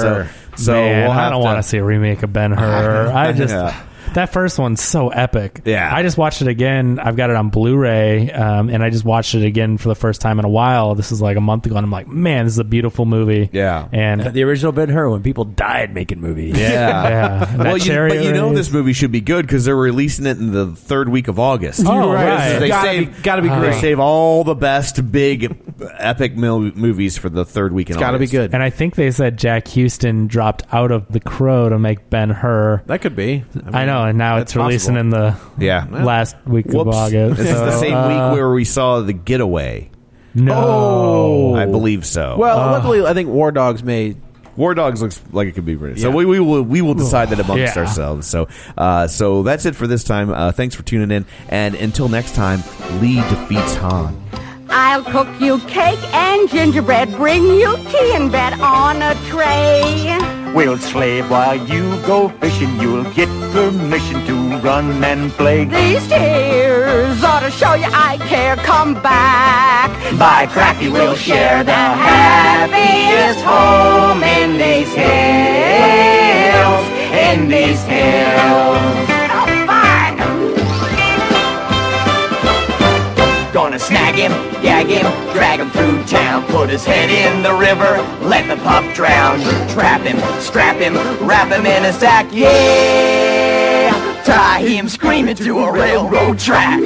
Speaker 1: some choices. So, so
Speaker 2: Man,
Speaker 1: we'll
Speaker 2: I
Speaker 1: have
Speaker 2: don't want to see a remake of Ben Hur. I just
Speaker 1: Yeah.
Speaker 2: that first one's so epic.
Speaker 1: Yeah.
Speaker 2: I just watched it again. I've got it on Blu-ray, um, and I just watched it again for the first time in a while. This is like a month ago, and I'm like, man, this is a beautiful movie.
Speaker 1: Yeah.
Speaker 2: and
Speaker 4: The original Ben Hur when people died making movies.
Speaker 1: Yeah.
Speaker 2: yeah. And that
Speaker 1: Well, you,
Speaker 2: chariot
Speaker 1: but you know
Speaker 2: race.
Speaker 1: this movie should be good because they're releasing it in the third week of August.
Speaker 2: Oh, right.
Speaker 1: They
Speaker 3: Gotta
Speaker 1: save,
Speaker 3: be- gotta be
Speaker 1: They
Speaker 3: great.
Speaker 1: save all the best big epic mil- movies for the third week. in
Speaker 3: It's gotta be
Speaker 1: August.
Speaker 3: good.
Speaker 2: And I think they said Jack Houston dropped out of The Crow to make Ben Hur.
Speaker 3: that could be. mean,
Speaker 2: I know, and now
Speaker 3: that's
Speaker 2: it's releasing
Speaker 3: possible.
Speaker 2: in the
Speaker 1: Yeah.
Speaker 2: last week of
Speaker 1: Whoops.
Speaker 2: August.
Speaker 1: This is the
Speaker 2: So,
Speaker 1: same
Speaker 2: uh,
Speaker 1: week where we saw The Getaway.
Speaker 2: No,
Speaker 1: I believe so.
Speaker 3: Well,
Speaker 2: Oh.
Speaker 3: luckily, I think War Dogs made.
Speaker 1: War Dogs looks like it could be British. So
Speaker 3: Yeah.
Speaker 1: we, we will we will decide that amongst
Speaker 2: Yeah.
Speaker 1: ourselves. So uh, so that's it for this time. Uh, thanks for tuning in, and until next time, Lee defeats Han.
Speaker 5: I'll cook you cake and gingerbread, bring you tea in bed on a tray.
Speaker 6: We'll slay while you go fishing. You'll get permission to run and play.
Speaker 5: These tears ought to show you I care. Come back.
Speaker 6: By cracky, we'll share the happiest home in these hills. In these hills. Gonna snag him, gag him, drag him through town, put his head in the river, let the pup drown, trap him, strap him, wrap him in a sack, yeah! Tie him screaming to a railroad track.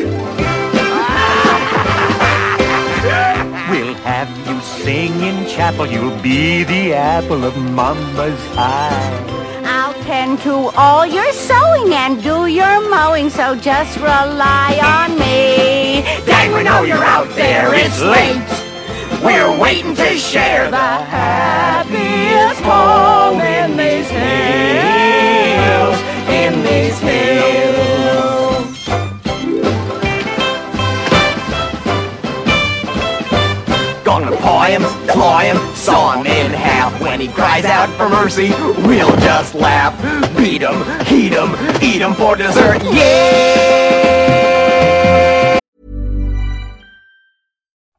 Speaker 6: We'll have you sing in chapel, you'll be the apple of Mama's eye.
Speaker 5: I'll tend to all your sewing and do your mowing, so just rely on me.
Speaker 6: Dang, we know you're out there, it's late. We're waiting to share the happiest home in these hills, in these hills. Gonna paw him, claw him, saw him in half. When he cries out for mercy, we'll just laugh. Beat him, heat him, eat him for dessert. Yeah!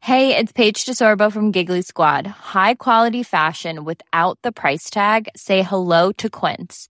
Speaker 7: Hey, it's Paige DeSorbo from Giggly Squad. High quality fashion without the price tag. Say hello to Quince.